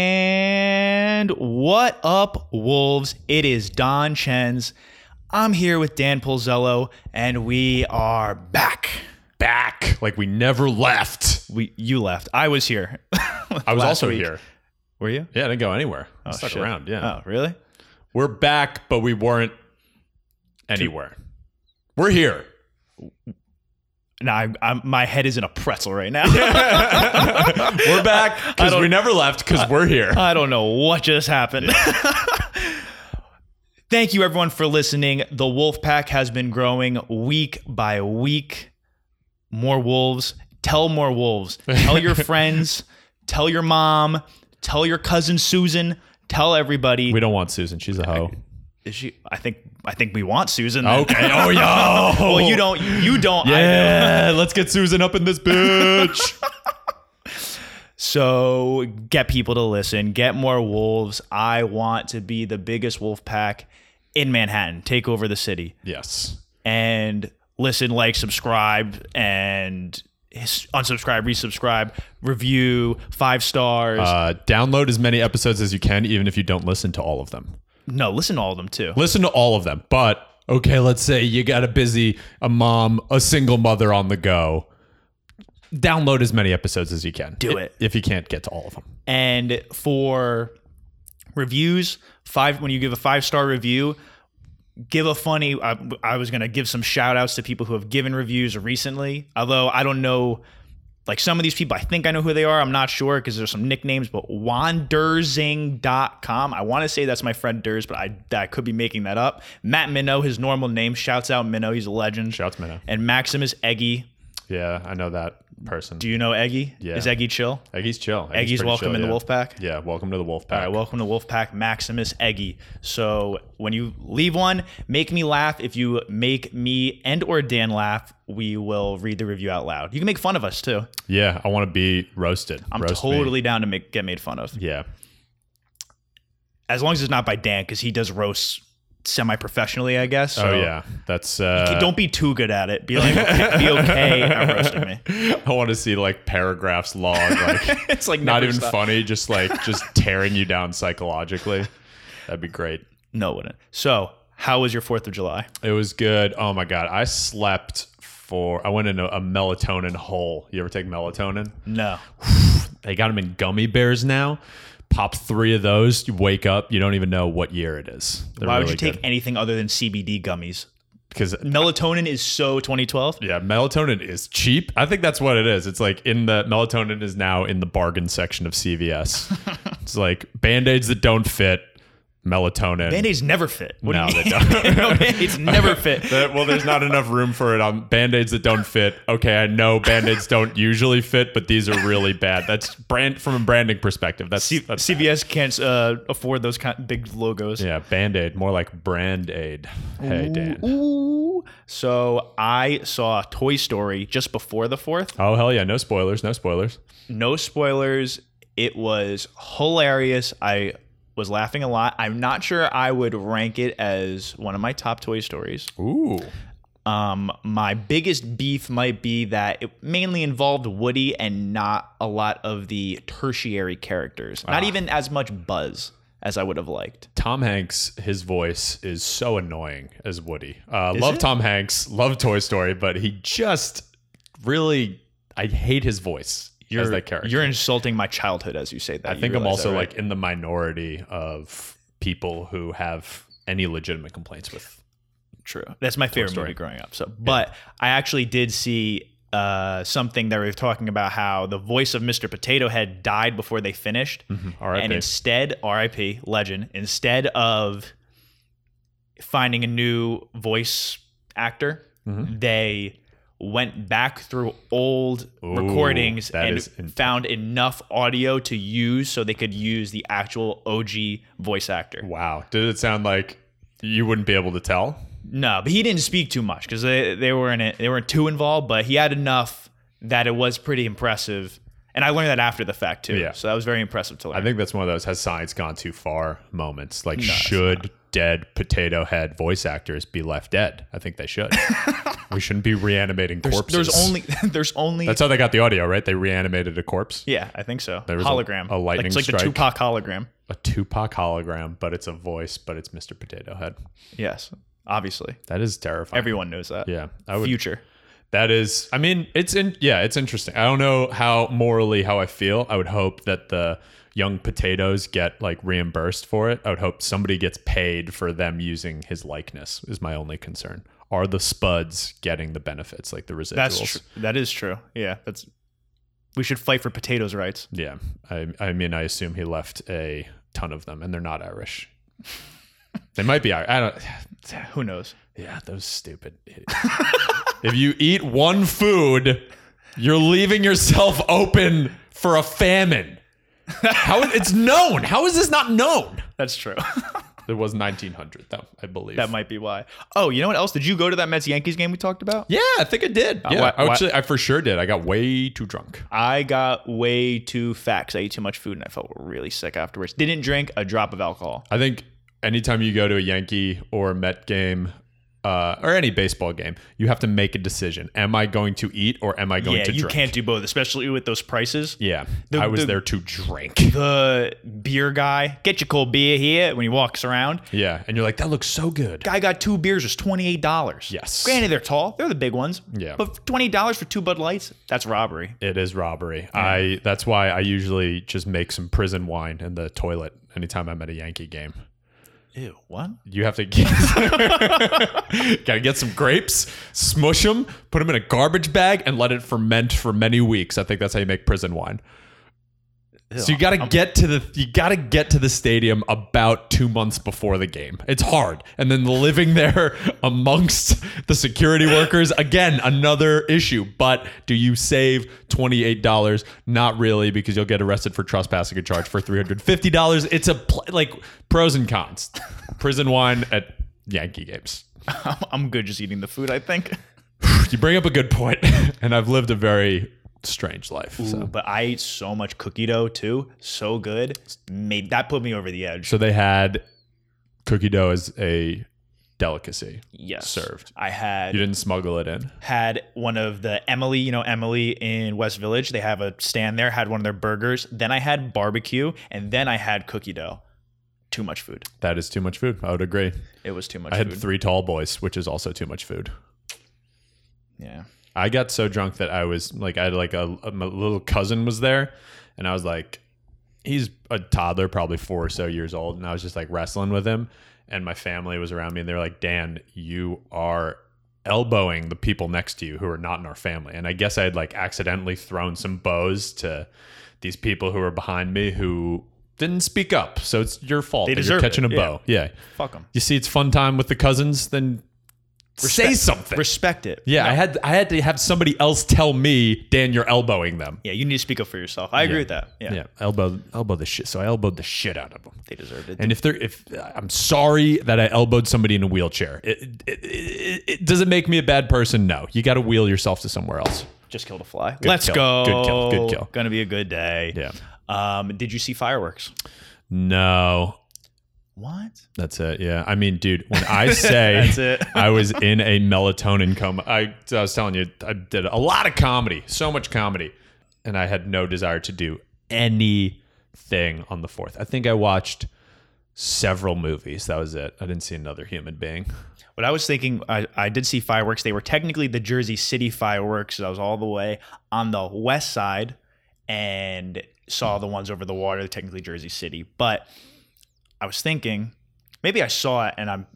And what up, Wolves? It is Don Chen's. I'm here with Dan Pulzello, and we are back. Back like we never left. We you left. I was here. I was Last also week. here. Were you? Yeah, I didn't go anywhere. I stuck shit. around. Yeah, Oh, really? we're back, but we weren't anywhere. We're here. No, I, I'm, my head is in a pretzel right now. We're back because we never left because we're here. I don't know what just happened. Thank you, everyone, for listening. The Wolf Pack has been growing week by week. More wolves. Tell more wolves. Tell your friends. Tell your mom. Tell your cousin Susan. Tell everybody. we don't want Susan. She's a hoe. Is she? I think. I think we want Susan. then. Okay. Oh yo. Well, you don't. You don't. I know. Yeah. Let's get Susan up in this bitch. So get people to listen, get more wolves. I want to be the biggest wolf pack in Manhattan, take over the city, yes. and listen, like, subscribe, and his- unsubscribe, resubscribe, review, five stars. Uh, download as many episodes as you can, even if you don't listen to all of them. no, listen to all of them too. Listen to all of them. But okay, let's say you got a busy a mom, a single mother on the go. Download as many episodes as you can. Do I- it. If you can't get to all of them. And for reviews, five when you give a five star review, give a funny. I, I was gonna give some shout outs to people who have given reviews recently. Although I don't know, like some of these people, I think I know who they are. I'm not sure because there's some nicknames. But Wanderzing.com. I want to say that's my friend Durs, but I I could be making that up. Matt Minnow, his normal name. Shouts out Minnow. He's a legend. Shouts Minnow. And Maximus Eggy. Yeah, I know that person. Do you know Eggy? Yeah. Is Eggy chill? Eggy's chill. Eggy's, pretty welcome chill, in yeah. the wolf pack. Yeah, welcome to the wolf pack. All right, welcome to Wolfpack Maximus Eggy. So when you leave one, make me laugh. If you make me and or Dan laugh, we will read the review out loud. You can make fun of us too. yeah, I want to be roasted. I'm Roast me. totally down to make get made fun of, Yeah. as long as it's not by Dan because he does roast semi-professionally, I guess. Oh So yeah, that's. Uh, Don't be too good at it. Be like, be okay at roasting me. I want to see like paragraphs long, like It's like not never even stop. funny, just like just tearing you down psychologically. That'd be great. No, it wouldn't. So how was your Fourth of July? It was good. Oh my god, I slept for. I went in a, a melatonin hole. You ever take melatonin? No, They got them in gummy bears now. Pop three of those, you wake up, you don't even know what year it is. They're why would really you take good. anything other than CBD gummies? Because Melatonin is so 2012. Yeah, melatonin is cheap. I think that's what it is. It's like in the melatonin is now in the bargain section of CVS. it's like band-aids that don't fit, melatonin. Band-aids never fit. What No, do you they mean? no, Band-Aids never fit. That- well, there's not enough room for it on band-aids that don't fit. Okay, I know band-aids don't usually fit, but these are really bad. That's brand from a branding perspective. That's, C- that's CVS can't uh, afford those kind big logos. yeah, band-aid, more like brand aid. Hey Dan. Ooh. So I saw Toy Story just before the 4th. Oh hell yeah, no spoilers, no spoilers. No spoilers. It was hilarious. I was laughing a lot. I'm not sure I would rank it as one of my top Toy Stories. Ooh. Um, my biggest beef might be that it mainly involved Woody and not a lot of the tertiary characters. Ah. Not even as much Buzz as I would have liked. Tom Hanks, his voice is so annoying as Woody. Uh, love Tom Hanks, love Toy Story, but he just really, I hate his voice as that character. You're insulting my childhood as you say that. I think I'm also like in the minority of people who have any legitimate complaints with. true. That's my favorite Story. movie growing up. So, but I actually did see uh something that we were talking about how the voice of Mr. Potato Head died before they Mm-hmm. finished. All right, and instead RIP legend instead of finding a new voice actor Mm-hmm. they went back through old recordings that and is intense. found enough audio to use so they could use the actual OG voice actor wow. Did it sound like you wouldn't be able to tell? no but he didn't speak too much cuz they they weren't they weren't too involved but he had enough that it was pretty impressive And I learned that after the fact too. Yeah. So that was very impressive to learn. I think that's one of those has science gone too far moments. Like, should dead potato head voice actors be left dead? I think they should. we shouldn't be reanimating there's, corpses. there's only there's only that's how they got the audio, right? They reanimated a corpse, yeah, I think so. There was a- hologram. a lightning Like- it's like the strike. Tupac hologram. a Tupac hologram, but it's a voice, but it's Mr. Potato Head. Yes, obviously That is terrifying. everyone knows that. yeah, I would. Future. That is, I mean, it's in, yeah, it's interesting. I don't know how morally how I feel. I would hope that the young potatoes get like reimbursed for it. I would hope somebody gets paid for them using his likeness. Is my only concern. Are the spuds getting the benefits, like the residuals? That's true. That is true. Yeah, that's. We should fight for potatoes' rights. Yeah, I, I mean, I assume he left a ton of them, and they're not Irish. they might be Irish. I don't. Who knows? Yeah, those stupid. idiots. if you eat one food, you're leaving yourself open for a famine. How it's known? How is this not known? That's true. It was 1900 though, I believe. that might be why. Oh, you know what else? Did you go to that Mets Yankees game we talked about? yeah, I think it did. yeah, Uh, why- why- actually, I for sure did. I got way too drunk. I got way too facts. I ate too much food and I felt really sick afterwards. Didn't drink a drop of alcohol. I think anytime you go to a Yankee or a Met game. Uh, or any baseball game, you have to make a decision. Am I going to eat or am I going yeah, to you drink? can't do both, especially with those prices. yeah, The- I was the- there to drink. The beer guy, get your cold beer here when he walks around. Yeah, and you're like, that looks so good. Guy got two beers, was twenty eight dollars. Yes. granted they're tall, they're the big ones. Yeah. but twenty eight dollars for two Bud Lights, that's robbery. It is robbery. I that's why I usually just make some prison wine in the toilet anytime I'm at a Yankee game. Ew, what? You have to get, gotta get some grapes, smush them, put them in a garbage bag, and let it ferment for many weeks. I think that's how you make prison wine. So you gotta get to the you gotta get to the stadium about two months before the game. It's hard, and then living there amongst the security workers again another issue. But do you save twenty eight dollars? Not really, because you'll get arrested for trespassing and charged for three hundred fifty dollars. It's a pl- like pros and cons. Prison wine at Yankee games. I'm, I'm good just eating the food. I think. You bring up a good point, and I've lived a very strange life. So. But I ate so much cookie dough too, so good. Made that put me over the edge. So they had cookie dough as a delicacy. Yes, Served. I had You didn't smuggle it in. had one of the Emily, you know, Emily in West Village. They have a stand there, had one of their burgers. Then I had barbecue and then I had cookie dough. Too much food. That is too much food. I would agree. It was too much I had food. three tall boys, which is also too much food. yeah. I got so drunk that I was like, I had like a, a- my little cousin was there, and I was like, he's a toddler, probably four or so years old, and I was just like wrestling with him, and my family was around me, and they're like, Dan, you are elbowing the people next to you who are not in our family, and I guess I had like accidentally thrown some bows to these people who were behind me who didn't speak up, so it's your fault. They that deserve you're catching it, a yeah. bow. Yeah. Fuck them. you see, it's fun time with the cousins, then. Say Respect- something. Respect it. Yeah, I had I had to have somebody else tell me, Dan, you're elbowing them. Yeah, you need to speak up for yourself. I agree with that. Yeah. elbow elbow the shit. So I elbowed the shit out of them. They deserved it. And if they're if I'm sorry that I elbowed somebody in a wheelchair, it, it, it, it does it make me a bad person? No, you got to wheel yourself to somewhere else. Just killed a fly. Let's kill. go. Good kill. Good kill. Gonna be a good day. Um, did you see fireworks? No, What? That's it. Yeah. I mean, dude, when I say That's it. I was in a melatonin coma, I, I was telling you, I did a lot of comedy, so much comedy, and I had no desire to do anything on the fourth. I think I watched several movies. That was it. I didn't see another human being. What I was thinking, I, I did see fireworks. They were technically the Jersey City fireworks. I was all the way on the west side and saw the ones over the water, technically Jersey City. But I was thinking, maybe I saw it and I'm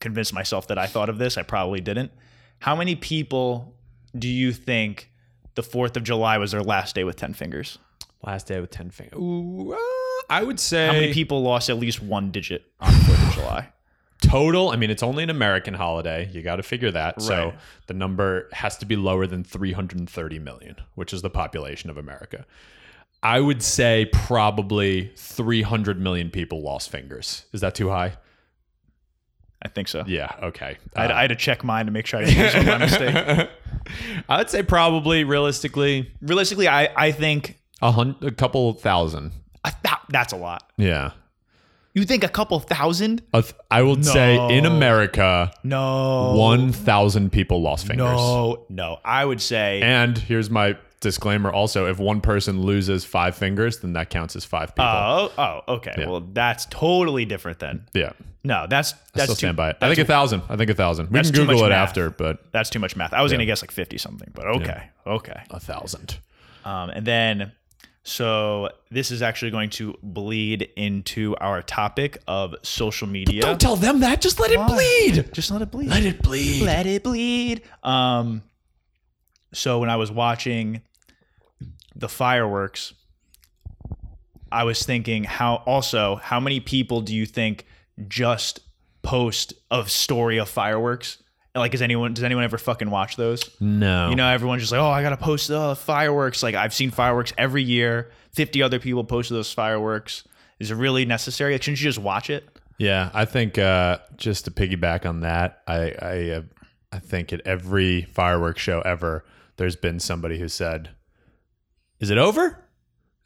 convinced myself that I thought of this. I probably didn't. How many people do you think the 4th of July was their last day with 10 fingers? Last day with 10 fingers. Ooh, uh, I would say How many people lost at least one digit on the 4th of July? total. I mean, it's only an American holiday. You got to figure that. So Right. the number has to be lower than 330 million, which is the population of America. I would say probably 300 million people lost fingers. Is that too high? I think so. Yeah. Okay. Uh, I, had, I had to check mine to make sure I didn't lose my mistake. I would say probably realistically realistically, I, I think a hun- a couple thousand. A thou- that's a lot. Yeah. You think a couple thousand? A th- I will say in No. America, No. 1,000 people lost fingers. No, no. I would say And here's my disclaimer also if one person loses five fingers, then that counts as five people. Oh, oh, okay. Well, that's totally different then. yeah. No, that's I that's still too, stand by it. I think a thousand. I think a thousand. We can too Google much it math. after, but that's too much math. I was gonna guess like fifty something, but okay, okay. a thousand. Um, and then so this is actually going to bleed into our topic of social media. Don't tell them that. Just let it bleed. Just let it bleed. Let it bleed. Let it bleed. Um, so when I was watching the fireworks, I was thinking how also how many people do you think just post a story of fireworks? Like, is anyone does anyone ever fucking watch those? no. You know, everyone's just like, oh, I gotta post the fireworks. Like, I've seen fireworks every year. Fifty other people posted those fireworks. Is it really necessary? Like, shouldn't you just watch it? Yeah, I think uh, just to piggyback on that, I I, uh, I think at every fireworks show ever, there's been somebody who said, "Is it over?"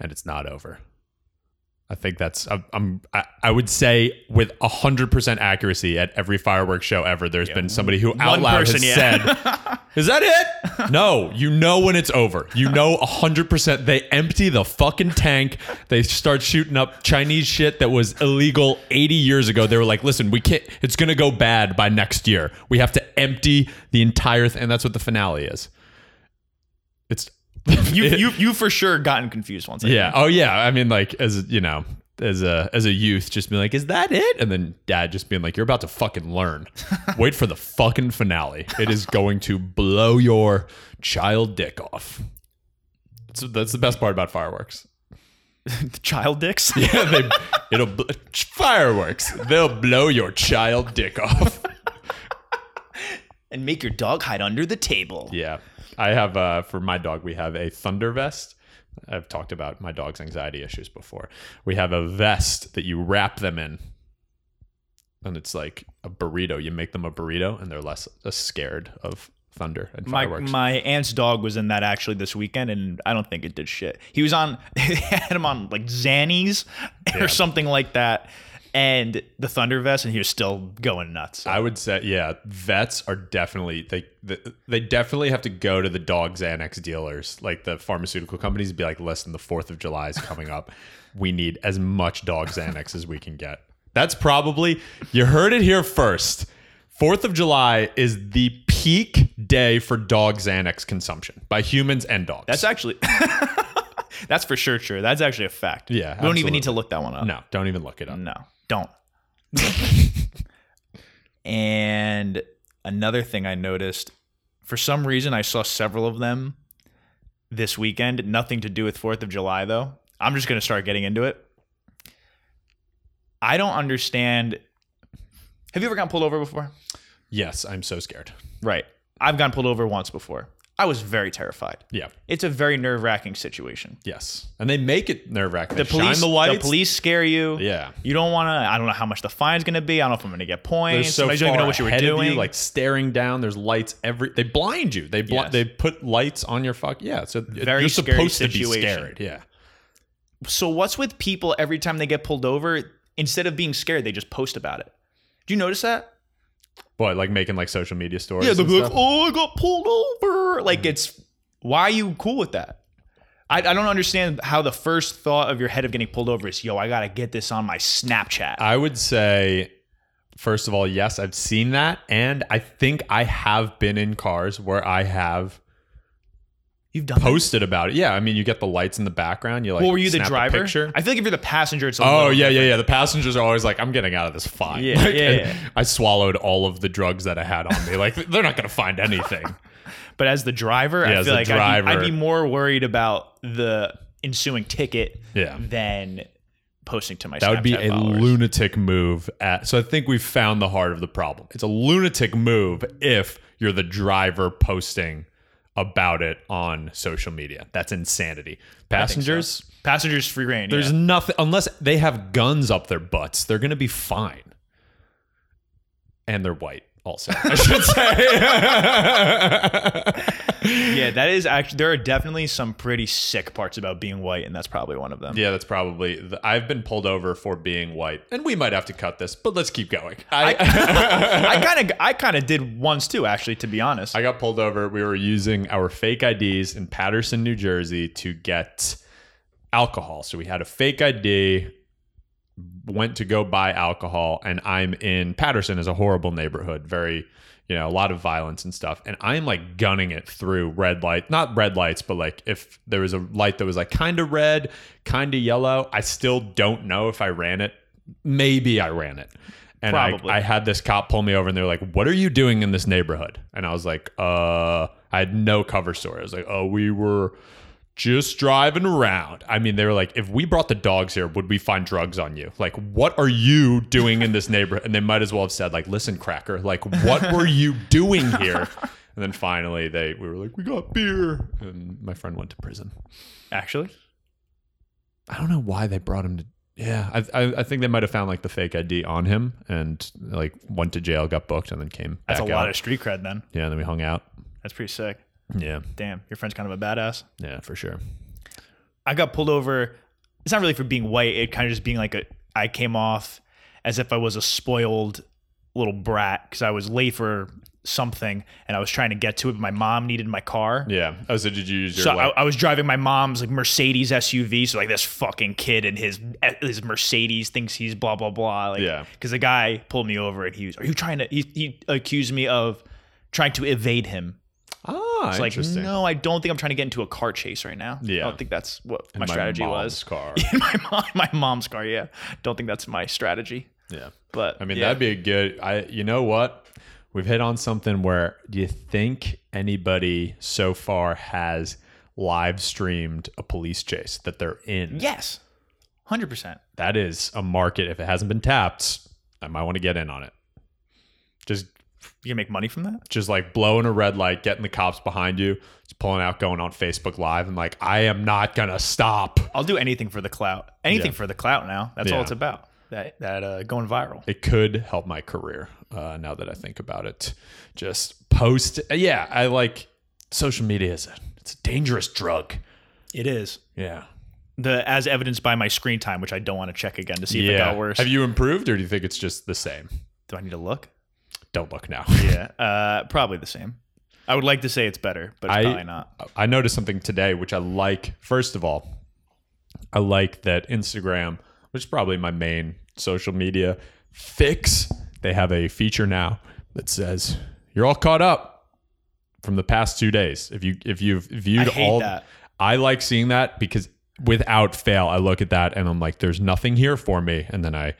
And it's not over. I think that's I, I'm I, I would say with hundred percent accuracy at every fireworks show ever, there's been somebody who out One loud person, has yeah. said, is that it? No, you know when it's over. You know 100% they empty the fucking tank. They start shooting up Chinese shit that was illegal 80 years ago. They were like, "Listen, we can't it's going to go bad by next year. We have to empty the entire thing." And that's what the finale is. It's You you you for sure gotten confused once. I Yeah. Oh yeah. I mean like as you know, as a as a youth just being like, "Is that it?" And then dad just being like, "You're about to fucking learn. Wait for the fucking finale. It is going to blow your child dick off." That's, that's the best part about fireworks. think. Child dicks. Yeah, they it'll bl- fireworks. They'll blow your child dick off. and make your dog hide under the table. Yeah. I have uh for my dog we have a thunder vest. I've talked about my dog's anxiety issues before. We have a vest that you wrap them in. And it's like a burrito. You make them a burrito and they're less uh, scared of thunder and My, fireworks. my aunt's dog was in that actually this weekend, and I don't think it did shit. He was on, they had him on like Xannies or something like that, and the Thunder Vest, and he was still going nuts. I would say yeah, vets are definitely they th- they definitely have to go to the dog Xanax dealers, like the pharmaceutical companies and be like, "Listen, the 4th of July is coming up. We need as much dog Xanax as we can get." That's probably you heard it here first. 4th of July is the peak day for dog Xanax consumption by humans and dogs. That's actually, that's for sure, sure. That's actually a fact. Yeah, We don't even need to look that one up. no, don't even look it up. No, don't. and another thing I noticed, for some reason, I saw several of them this weekend. Nothing to do with Fourth of July, though. I'm just gonna start getting into it. I don't understand. Have you ever gotten pulled over before? Yes, I'm so scared. Right. I've gotten pulled over once before. I was very terrified. Yeah. It's a very nerve wracking situation. Yes. And they make it nerve-wracking. The They police, shine the lights. the police scare you. Yeah. You don't want to. I don't know how much the fine's going to be. I don't know if I'm going to get points. I don't even know what you were ahead of doing. like staring down. There's lights every. They blind you. They bl- Yes. they put lights on your fuck. Yeah, so Very you're scary supposed to be situation. scared. Yeah, so what's with people every time they get pulled over? Instead of being scared, they just post about it. Do you notice that? but like making like social media stories. Yeah, they'll and be like, stuff. "Oh, I got pulled over." Like it's why are you cool with that? I, I don't understand how the first thought of your head of getting pulled over is, "Yo, I gotta get this on my Snapchat." I would say, first of all, yes, I've seen that, and I think I have been in cars where I have You've done. that? posted about it. Yeah, I mean, you get the lights in the background. You like, Well, were you the snap a driver? picture. I feel like if you're the passenger, it's a Oh little yeah, yeah, yeah. The passengers are always like, "I'm getting out of this fine." Yeah, Like, yeah, and yeah. I swallowed all of the drugs that I had on me. Like, they're not gonna find anything. But as the driver, Yeah, I as feel the like I'd, be, I'd driver. be more worried about the ensuing ticket Yeah. than posting to my That would be Snapchat a followers. lunatic move. At, so I think we've found the heart of the problem. It's a lunatic move if you're the driver posting about it on social media. That's insanity. Passengers, Passengers free reign. there's yeah. nothing unless they have guns up their butts. They're going to be fine, and they're white. also, I should say. Yeah, that is actually. There are definitely some pretty sick parts about being white, and that's probably one of them. yeah, that's probably. The, I've been pulled over for being white, and we might have to cut this, but let's keep going. I kind of, I kind of did once too, actually. To be honest, I got pulled over. We were using our fake IDs in Patterson, New Jersey to get alcohol. So we had a fake ID, went to go buy alcohol, and I'm in Patterson is a horrible neighborhood, very you know, a lot of violence and stuff. And I'm like gunning it through red light, not red lights, but like if there was a light that was like kind of red, kind of yellow, I still don't know if I ran it. Maybe I ran it. And I, Probably. I had this cop pull me over and they're like, What are you doing in this neighborhood? And I was like, Uh, I had no cover story. I was like, Oh, we were just driving around. I mean, they were like, If we brought the dogs here, would we find drugs on you? Like, what are you doing in this neighborhood? And they might as well have said, like, Listen, cracker, like, what were you doing here? And then finally, they we were like, We got beer. And my friend went to prison. actually, I don't know why they brought him to. Yeah, I, I I think they might have found like the fake ID on him and like went to jail, got booked, and then came. that's a back lot out. of street cred. Then yeah, and then we hung out. that's pretty sick. Yeah, Damn, your friend's kind of a badass. yeah, for sure. I got pulled over. It's not really for being white. It kind of just being like a. I came off as if I was a spoiled little brat because I was late for something and I was trying to get to it. But my mom needed my car. Yeah. Oh, so did you use your? So I, like- I was driving my mom's like Mercedes SUV. So like this fucking kid and his eh, his Mercedes thinks he's blah blah blah. Like, Yeah. Because the guy pulled me over and he was, "Are you trying to?" He, he accused me of trying to evade him. ah, It's like, interesting. no, I don't think I'm trying to get into a car chase right now. Yeah. I don't think that's what In my, strategy mom's was. car. In my mom, my mom's car. Yeah, don't think that's my strategy. yeah. But I mean, yeah. that'd be a good. I. You know what? We've hit on something where do you think anybody so far has live streamed a police chase that they're in? yes, hundred percent. that is a market if it hasn't been tapped i might want to get in on it just You can make money from that. just like blowing a red light getting the cops behind you just pulling out going on facebook live and like i am not gonna stop I'll do anything for the clout. Anything Yeah. for the clout now. That's all Yeah. it's about. That that uh, going viral. it could help my career uh, now that i think about it just post yeah i like social media is a it's a dangerous drug It is. yeah The as evidenced by my screen time, which I don't want to check again to see if it yeah got worse. have you improved or do you think it's just the same do I need to look? don't look now Yeah. Uh, probably the same. I would like to say it's better, but it's I- probably not. I noticed something today which I like. First of all, I like that Instagram, which is probably my main social media fix, they have a feature now that says you're all caught up from the past 2 days. If you if you've viewed I hate all that. I like seeing that because without fail I look at that and I'm like there's nothing here for me and then I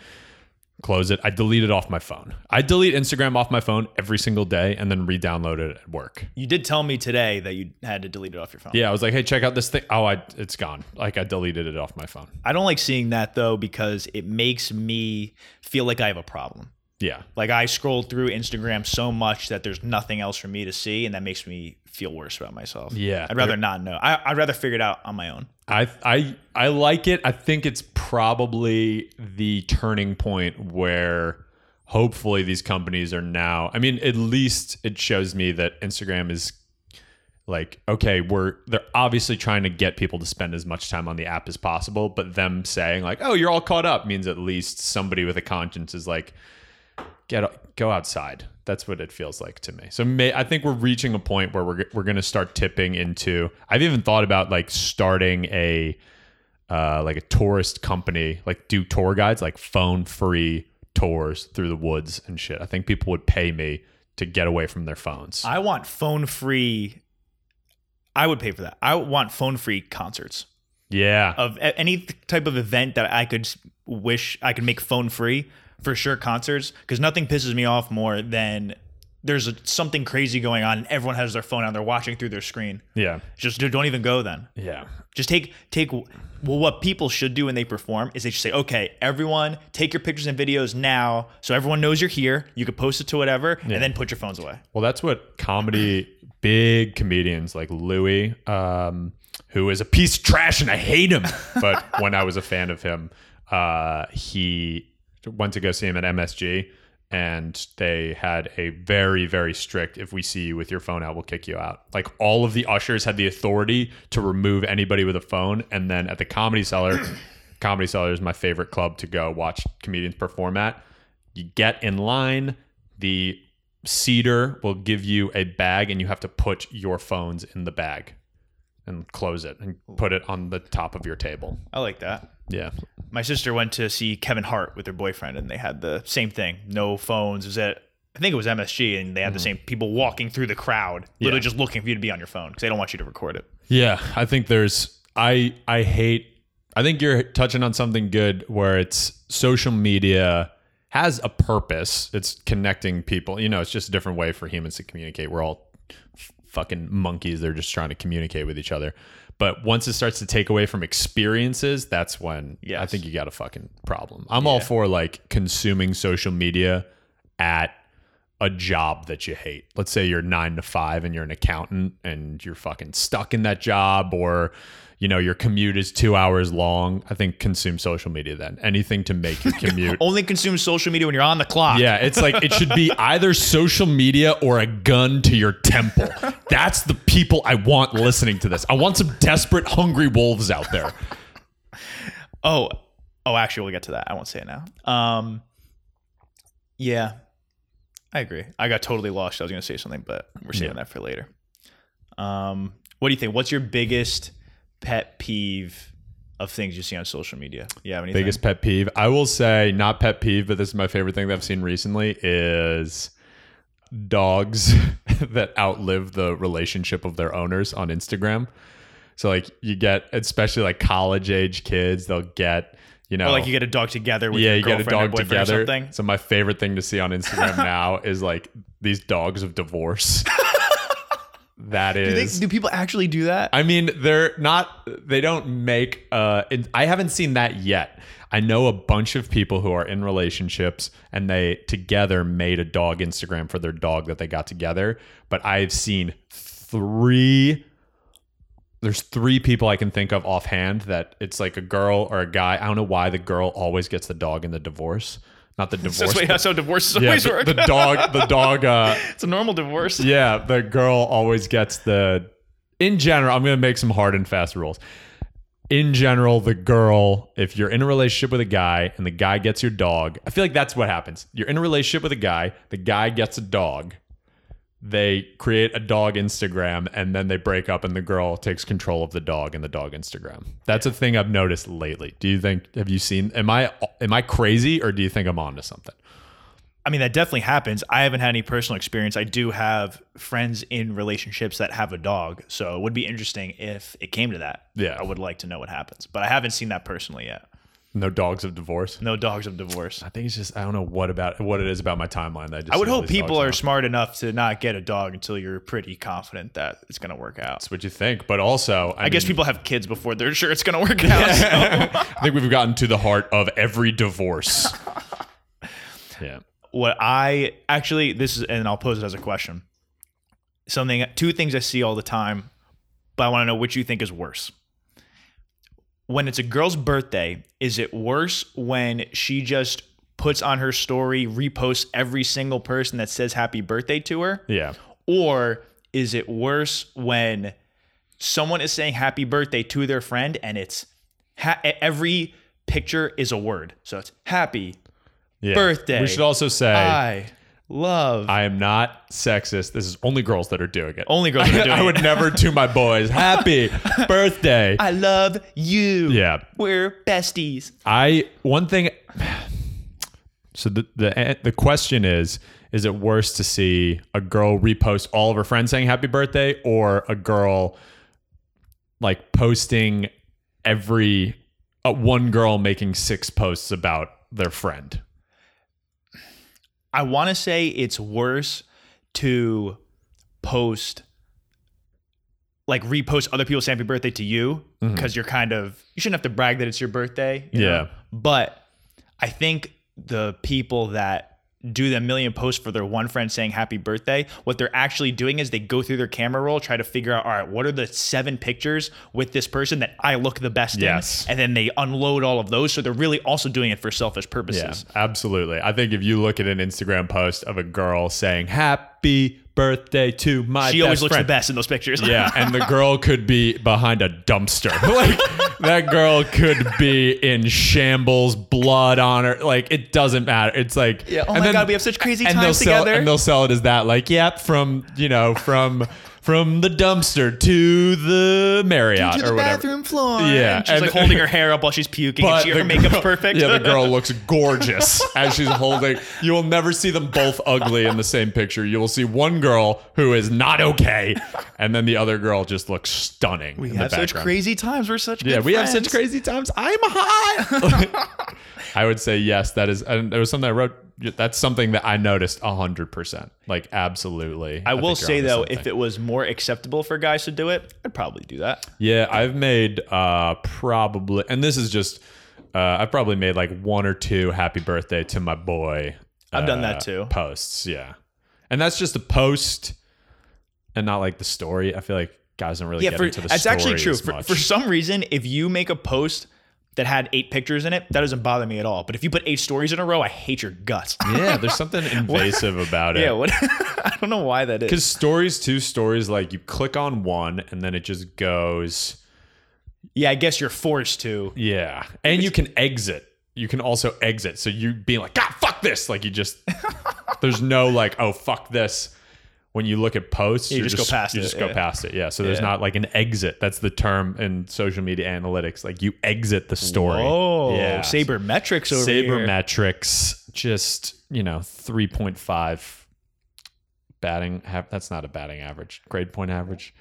close it. I delete it off my phone. I delete Instagram off my phone every single day and then re-download it at work. You did tell me today that you had to delete it off your phone. Yeah, I was like, hey, check out this thing. Oh, I it's gone. Like I deleted it off my phone. I don't like seeing that though because it makes me feel like I have a problem. Yeah. Like I scroll through Instagram so much that there's nothing else for me to see, and that makes me feel worse about myself. Yeah. I'd rather not know. I, I'd rather figure it out on my own. I I I like it. I think it's probably the turning point where hopefully these companies are now I mean, at least it shows me that Instagram is like, okay, we're they're obviously trying to get people to spend as much time on the app as possible, but them saying like, "Oh, you're all caught up" means at least somebody with a conscience is like, get go outside. That's what it feels like to me. So may, I think we're reaching a point where we're we're going to start tipping into. I've even thought about like starting a uh, like a tourist company, like do tour guides, like phone free tours through the woods and shit. I think people would pay me to get away from their phones. I want phone free. I would pay for that. I want phone free concerts yeah, of a- any type of event that I could s- wish I could make phone free for sure. Concerts because nothing pisses me off more than there's a, something crazy going on and everyone has their phone out. They're watching through their screen. yeah, Just dude, don't even go then. yeah, Just take take well what people should do when they perform is they should say, "Okay, everyone, take your pictures and videos now so everyone knows you're here. You could post it to whatever and then put your phones away." Well, that's what comedy, big comedians like Louis, um, who is a piece of trash and I hate him. But when I was a fan of him, uh, he went to go see him at MSG and they had a very very strict if we see you with your phone out we'll kick you out like all of the ushers had the authority to remove anybody with a phone and then at the comedy cellar comedy cellar is my favorite club to go watch comedians perform at you get in line the cedar will give you a bag and you have to put your phones in the bag and close it and put it on the top of your table I like that. yeah My sister went to see Kevin Hart with her boyfriend, and they had the same thing. No phones. It was at I think it was MSG, and they had the same people walking through the crowd, literally Mm-hmm. Yeah. just looking for you to be on your phone because they don't want you to record it. Yeah, I think there's I I hate I think you're touching on something good where it's social media has a purpose. It's connecting people. You know, it's just a different way for humans to communicate. We're all f- fucking monkeys. They're just trying to communicate with each other. But once it starts to take away from experiences, that's when yeah, I Yes. think you got a fucking problem. I'm all for like consuming social media at a job that you hate. Let's say you're nine to five and you're an accountant and you're fucking stuck in that job or you know your commute is two hours long. I think consume social media then. Anything to make your commute. Only consume social media when you're on the clock. Yeah, it's like it should be either social media or a gun to your temple. That's the people I want listening to this. I want some desperate, hungry wolves out there. Oh, oh, actually, we'll get to that. I won't say it now. Um, yeah, I agree. I got totally lost. I was going to say something, but we're saving that for later. Um, what do you think? What's your biggest pet peeve of things you see on social media? You have anything? Biggest pet peeve. I will say not pet peeve, but this is my favorite thing that I've seen recently is dogs that outlive the relationship of their owners on Instagram. So like you get especially like college age kids, they'll get you know Or like you get a dog together with yeah, your you get a girlfriend or dog boyfriend or together. something. So my favorite thing to see on Instagram now is like these dogs of divorce. that Do, they, is. do people actually do that? I mean, they're not. They don't make. Uh, in, I haven't seen that yet. I know a bunch of people who are in relationships and they together made a dog Instagram for their dog that they got together. But I've seen three. There's three people I can think of offhand that it's like a girl or a guy. I don't know why the girl always gets the dog in the divorce. Not the divorce. That's but- that's how divorces yeah, always the, work. the dog. The dog. Uh, it's a normal divorce. yeah, the girl always gets the. In general, I'm going to make some hard and fast rules. In general, the girl, if you're in a relationship with a guy and the guy gets your dog, I feel like that's what happens. You're in a relationship with a guy, the guy gets a dog, they create a dog Instagram, and then they break up and the girl takes control of the dog and the dog Instagram. That's a thing I've noticed lately. Do you think have you seen am I am I crazy or do you think I'm onto something? I mean, that definitely happens. I haven't had any personal experience. I do have friends in relationships that have a dog, so it would be interesting if it came to that. Yeah. I would like to know what happens, but I haven't seen that personally yet. No dogs of divorce. No dogs of divorce. I think it's just I don't know what about what it is about my timeline that I just I would see all hope these people dogs are now. smart enough to not get a dog until you're pretty confident that it's going to work out. That's what you think, but also I, I guess mean, people have kids before they're sure it's going to work out. so. I think we've gotten to the heart of every divorce. yeah, what I actually this is and I'll pose it as a question. Something two things I see all the time, but I want to know which you think is worse. When it's a girl's birthday, is it worse when she just puts on her story, reposts every single person that says happy birthday to her? yeah. Or is it worse when someone is saying happy birthday to their friend and it's ha- every picture is a word. So it's happy yeah. Birthday. Uh, We should also say I love I am not sexist. This is only girls that are doing it. only girls that are doing I would it. never to my boys happy birthday. I love you. yeah, We're besties. I one thing. So the the the question is: Is it worse to see a girl repost all of her friends saying happy birthday, or a girl like posting every uh, one girl making six posts about their friend? I want to say it's worse to post, like repost other people's happy birthday to you Mm-hmm. because you're kind of, you shouldn't have to brag that it's your birthday. you Yeah. But I think the people that do the million posts for their one friend saying happy birthday. What they're actually doing is they go through their camera roll, try to figure out, all right, what are the seven pictures with this person that I look the best Yes. in? And then they unload all of those. So they're really also doing it for selfish purposes. absolutely. I think if you look at an Instagram post of a girl saying "Happy birthday to my," She always best looks friend," the best in those pictures. Yeah, and the girl could be behind a dumpster. like that girl could be in shambles, blood on her. Like it doesn't matter. It's like Yeah, oh my God, we have such crazy times they'll sell- together. and they'll sell it as that. Like, yep, from you know, from from the dumpster to the Marriott to the or whatever. bathroom floor. Yeah, And she's like and- holding her hair up while she's puking. and she, her the makeup's girl- perfect. Yeah, the girl looks gorgeous as she's holding. You will never see them both ugly in the same picture. You will see one girl who is not okay, and then the other girl just looks stunning. we have such crazy times. We're such Yeah, good we have such friends. crazy times. I'm hot. I would say yes. That is, and there was something I wrote. That's something that I noticed hundred percent. Like absolutely. I will say though, if it. if it was more acceptable for guys to do it, I'd probably do that. Yeah, I've made uh probably and this is just uh I've probably made like one or two happy birthday to my boy. I've done that uh, too. Posts, yeah. And that's just a post and not like the story. I feel like guys don't really yeah, get for, into the that's story actually true. as For, much. for some reason, if you make a post that had eight pictures in it, that doesn't bother me at all. But if you put eight stories in a row, I hate your guts. yeah, there's something invasive about it. yeah, what? I don't know why that is. Because stories two stories, like you click on one and then it just goes Yeah, I guess you're forced to. Yeah. And you can exit. You can also exit. So you being like, God, fuck this. Like you just, there's no like, oh, fuck this. When you look at posts, you you're just go past You it, just go yeah. past it. Yeah. So there's not like an exit. That's the term in social media analytics. Like you exit the story. Oh, yeah. sabermetrics over here. Sabermetrics, just, you know, 3.5 batting. ha- That's not a batting average, grade point average.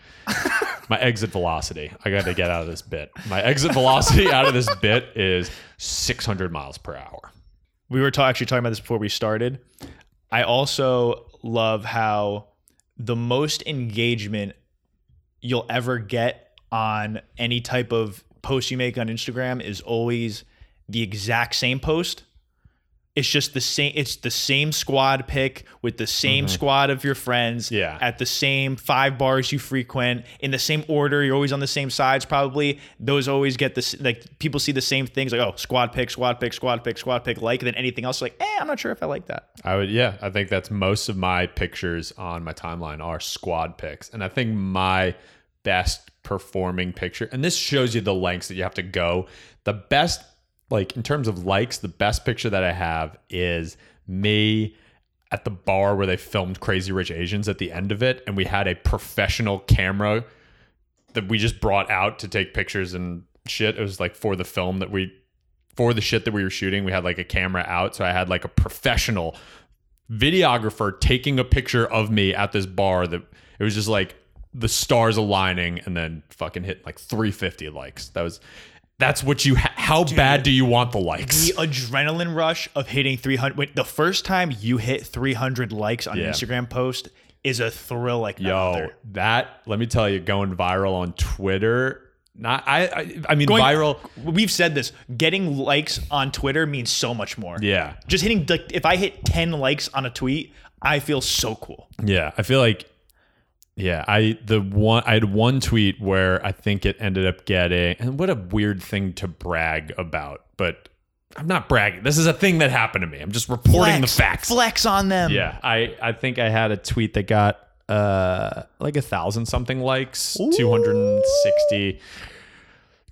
My exit velocity. I got to get out of this bit. My exit velocity out of this bit is 600 miles per hour. we were ta- actually talking about this before we started. I also love how the most engagement you'll ever get on any type of post you make on Instagram is always the exact same post. It's just the same. It's the same squad pick with the same squad of your friends. Yeah. At the same five bars you frequent in the same order. You're always on the same sides. Probably those always get this. Like people see the same things. Like oh, squad pick, squad pick, squad pick, squad pick. Like and then anything else. Like eh, I'm not sure if I like that. I would, yeah, I think that's most of my pictures on my timeline are squad picks. And I think my best performing picture, and this shows you the lengths that you have to go. The best, like in terms of likes, the best picture that I have is me at the bar where they filmed Crazy Rich Asians at the end of it. And we had a professional camera that we just brought out to take pictures and shit. It was like for the film that we for the shit that we were shooting, we had like a camera out. So I had like a professional videographer taking a picture of me at this bar that it was just like the stars aligning and then fucking hit like 350 likes. That was, that's what you, ha- how bad do you want the likes? The adrenaline rush of hitting 300. Wait, the first time you hit 300 likes on Yeah. an Instagram post is a thrill like none Yo, other. that, let me tell you, going viral on Twitter, not, I, I, I mean, viral. We've said this. Getting likes on Twitter means so much more. Yeah. Just hitting like if I hit 10 likes on a tweet, I feel so cool. Yeah, I feel like yeah, I the one I had one tweet where I think it ended up getting and what a weird thing to brag about, but I'm not bragging. This is a thing that happened to me. I'm just reporting the facts. Flex on them. Yeah, I I think I had a tweet that got uh like a thousand something likes, 260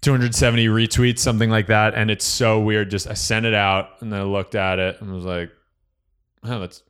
270 retweets, something like that, and it's so weird just I sent it out and then I looked at it and was like, "Oh, that's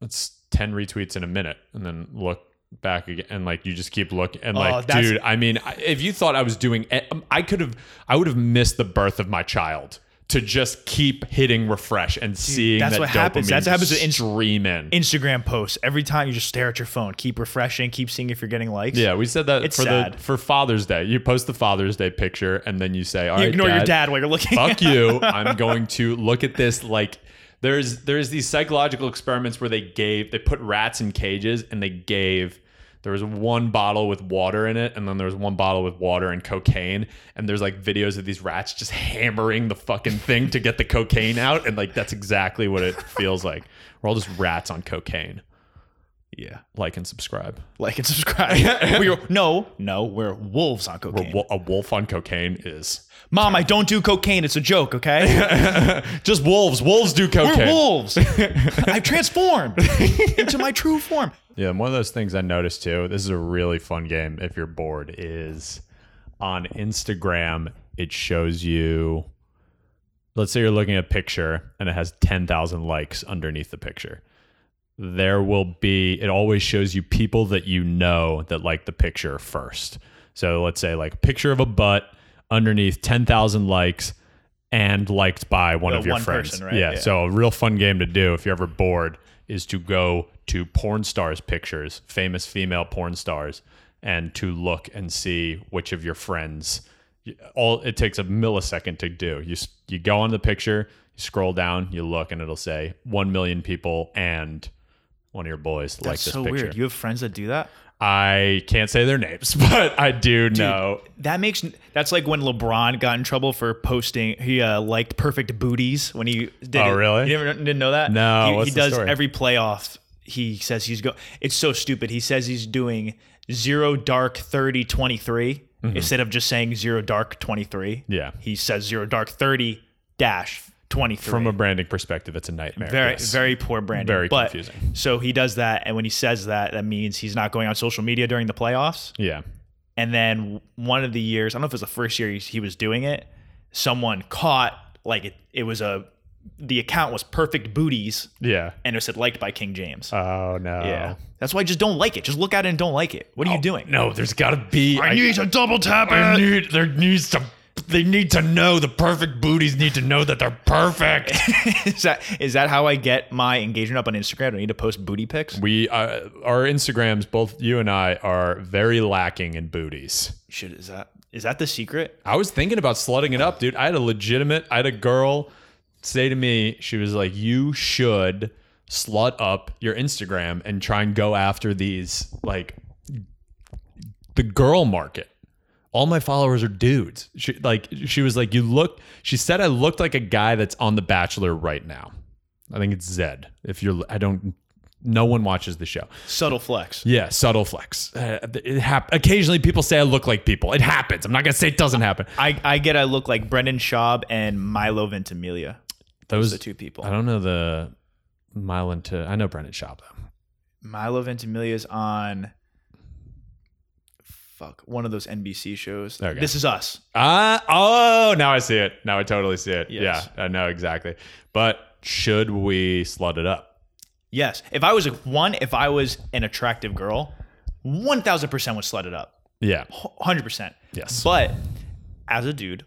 that's 10 retweets in a minute." And then look back again and like you just keep looking and Oh, like that's- dude i mean I- if you thought i was doing um, i could have i would have missed the birth of my child to just keep hitting refresh and seeing that's that what happens. dopamine That's what happens with Inst- stream in. Instagram posts. Every time you just stare at your phone, keep refreshing, keep seeing if you're getting likes. yeah, we said that It's for the sad. for Father's Day. You post the Father's Day picture and then you say, "All You right, ignore Dad, your dad while you're looking. fuck you. I'm going to look at this like there's there's these psychological experiments where they gave they put rats in cages and they gave There was one bottle with water in it, and then there was one bottle with water and cocaine. And there's like videos of these rats just hammering the fucking thing to get the cocaine out, and like that's exactly what it feels like. We're all just rats on cocaine. Yeah. Like and subscribe. Like and subscribe. we were, no, no, we're wolves on cocaine. Wo- A wolf on cocaine is Mom, I don't do cocaine. It's a joke, okay? just wolves. Wolves do We're cocaine. wolves. I've transformed into my true form. Yeah, and one of those things I noticed too. This is a really fun game if you're bored. Is on Instagram, it shows you. Let's say you're looking at a picture and it has 10,000 likes underneath the picture. There will be, it always shows you people that you know that like the picture first. So let's say like picture of a butt underneath 10,000 likes and liked by one Uh, of your one friends. person, right? Yeah, Yeah. so a real fun game to do if you're ever bored is to go to porn stars pictures, famous female porn stars, and to look and see which of your friends. All it takes a millisecond to do. You s- you go on the picture, you scroll down, you look, and it'll say one million people and one of your boys like That's this so picture. weird. You have friends that do that? I can't say their names, but I do know. That makes that's like when LeBron got in trouble for posting. He uh, liked perfect booties when he did. Oh, it. really? You never, didn't know that? No, He, what's he the does story? every playoff. He says he's go. It's so stupid. He says he's doing zero dark 30 23 instead of just saying zero dark 23. Mm-hmm. Yeah. He says zero dark 30 dash 23. From a branding perspective, it's a nightmare. Very, yes. very poor branding. Very but, confusing. So he does that, and when he says that, that means he's not going on social media during the playoffs. yeah. And then one of the years, I don't know if it was the first year he- he was doing it, someone caught like it. It was a the account was perfect booties, Yeah. and it said liked by King James. Oh no. yeah, that's why I just don't like it. Just look at it and don't like it. Oh. What are you doing? No, there's got to be. I, need to double tap I need. There needs to. They need to know the perfect booties need to know that they're perfect. is that is that how I get my engagement up on Instagram? Do I need to post booty pics? we uh, our Instagrams, both you and I, are very lacking in booties. Should is that is that the secret? I was thinking about slutting it up, dude. I had a legitimate. I had a girl say to me, she was like, "You should slut up your Instagram and try and go after these like the girl market." all my followers are dudes. She like she was like, you look. She said I looked like a guy that's on The Bachelor right now. I think it's Zed. If you're, I don't. No one watches the show. Subtle flex. Yeah, subtle flex. Uh, it hap- Occasionally, people say I look like people. It happens. I'm not gonna say it doesn't happen. I, I get I look like Brendan Schaub and Milo Ventimiglia, Those the two people. I don't know the Milan to. I know Brendan Schaub though. Milo Ventimiglia's on fuck one of those NBC shows. Okay. This is us. Ah, oh, now I see it. Now I totally see it. Yes. Yeah, I know exactly. But should we slut it up? Yes. If I was a, one, if I was an attractive girl, one thousand percent would slut it up. Yeah. Hundred percent. Yes. But as a dude,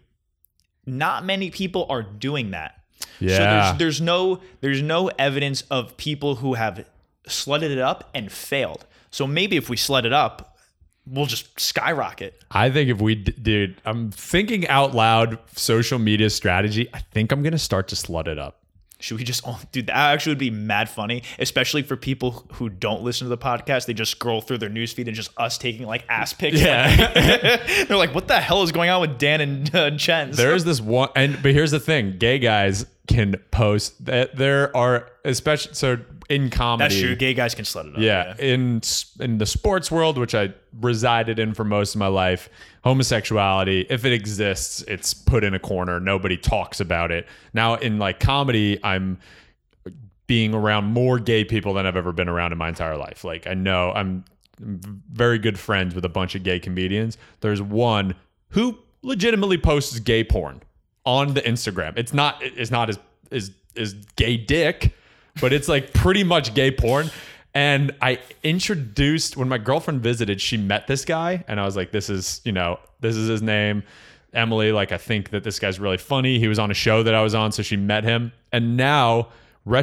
not many people are doing that. Yeah. So there's there's no there's no evidence of people who have slutted it up and failed. So maybe if we slut it up, we'll just skyrocket. I think if we, d- dude, I'm thinking out loud social media strategy. I think I'm going to start to slut it up. Should we just all do that? Actually, would be mad funny, especially for people who don't listen to the podcast. They just scroll through their newsfeed and just us taking like ass pics. they're like, "What the hell is going on with Dan and uh, Jens?" There's this one, and but here's the thing gay guys can post that there are, especially, so in comedy. That's true. Gay guys can slut it up. yeah, in s- in the sports world, which I resided in for most of my life, homosexuality, if it exists, it's put in a corner. Nobody talks about it. Now in like comedy, I'm being around more gay people than I've ever been around in my entire life. Like I know I'm very good friends with a bunch of gay comedians. There's one who legitimately posts gay porn on the Instagram. It's not it's not as is is gay dick, but it's like pretty much gay porn. And I introduced when my girlfriend visited, she met this guy and I was like this is, you know, this is his name. Emily, like I think that this guy's really funny. He was on a show that I was on, so she met him. And now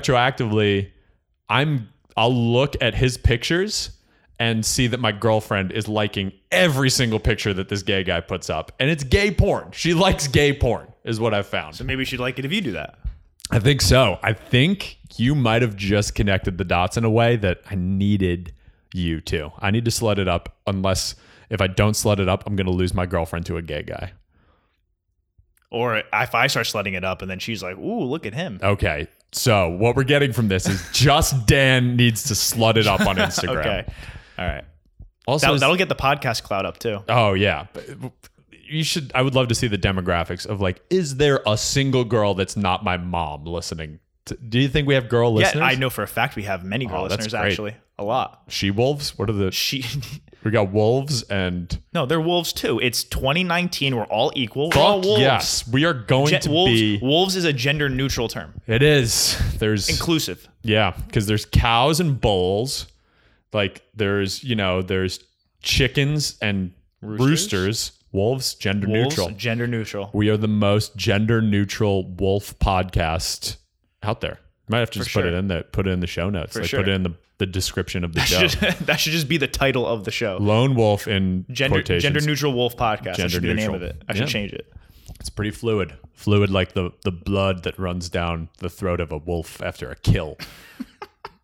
retroactively, I'm I'll look at his pictures and see that my girlfriend is liking every single picture that this gay guy puts up. And it's gay porn. She likes gay porn, is what I found. Maybe she'd like it if you do that. I think so. I think you might have just connected the dots in a way that I needed you too. I need to slut it up. Unless if I don't slut it up, I'm gonna lose my girlfriend to a gay guy. Or if I start slutting it up and then she's like, ooh, look at him. Okay. So what we're getting from this is just Dan needs to slut it up on Instagram. Okay. All right. Also, That, is- that'll get the podcast cloud up too. oh yeah, But you should. I would love to see the demographics of like, is there a single girl that's not my mom listening? To, do you think we have girl Yeah, listeners? I know for a fact we have many girl Oh, that's listeners great. actually. A lot. She wolves. What are the? She We got wolves and No, they're wolves too. It's 2019. We're all equal. We're all Fuck wolves. yes, we are going Ge- to wolves, be. wolves is a gender neutral term. It is. There's Inclusive. Yeah, because there's cows and bulls. Like there's, you know, there's chickens and roosters. Wolves, gender Wolves, neutral. gender neutral. We are the most gender neutral wolf podcast out there. Might have to just put sure. it in the put it in the show notes. like sure. put it in the, the description of the show. Should- that should just be the title of the show. Lone wolf in Gender quotations. gender neutral wolf podcast. Gender that should be neutral. the name of it. I should Yeah. change it. It's pretty fluid. Fluid like the, the blood that runs down the throat of a wolf after a kill.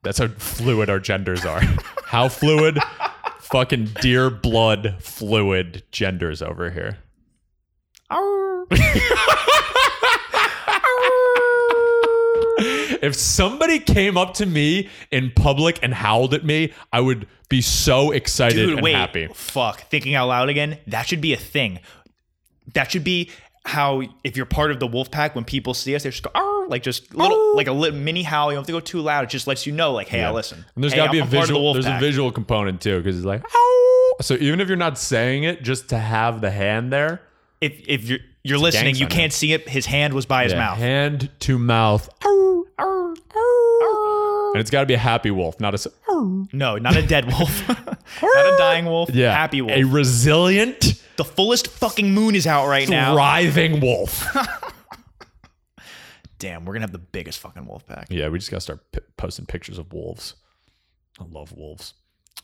That's how fluid our genders are. how fluid? Fucking deer blood fluid genders over here. If somebody came up to me in public and howled at me, I would be so excited Dude, and wait. happy. Fuck. Thinking out loud again. That should be a thing. That should be how if you're part of the wolf pack, when people see us, they just go "Arr," like just little like a little mini howl. You don't have to go too loud. It just lets you know, like, hey, I listen. And there's Hey, got to be I'm- a I'm part of the visual. wolf there's pack. a visual component too, because it's like, Ow! so even if you're not saying it, just to have the hand there, if if you're you're listening, gang you sign, can't see it. His hand was by his Yeah, mouth. hand to mouth, Ow! Ow! Ow! and it's got to be a happy wolf, not a s- Ow! No, not a dead wolf. not a dying wolf. yeah, Happy wolf. a resilient, the fullest fucking moon is out right now. thriving wolf. Damn, we're gonna have the biggest fucking wolf pack. yeah, we just got to start p- posting pictures of wolves. I love wolves.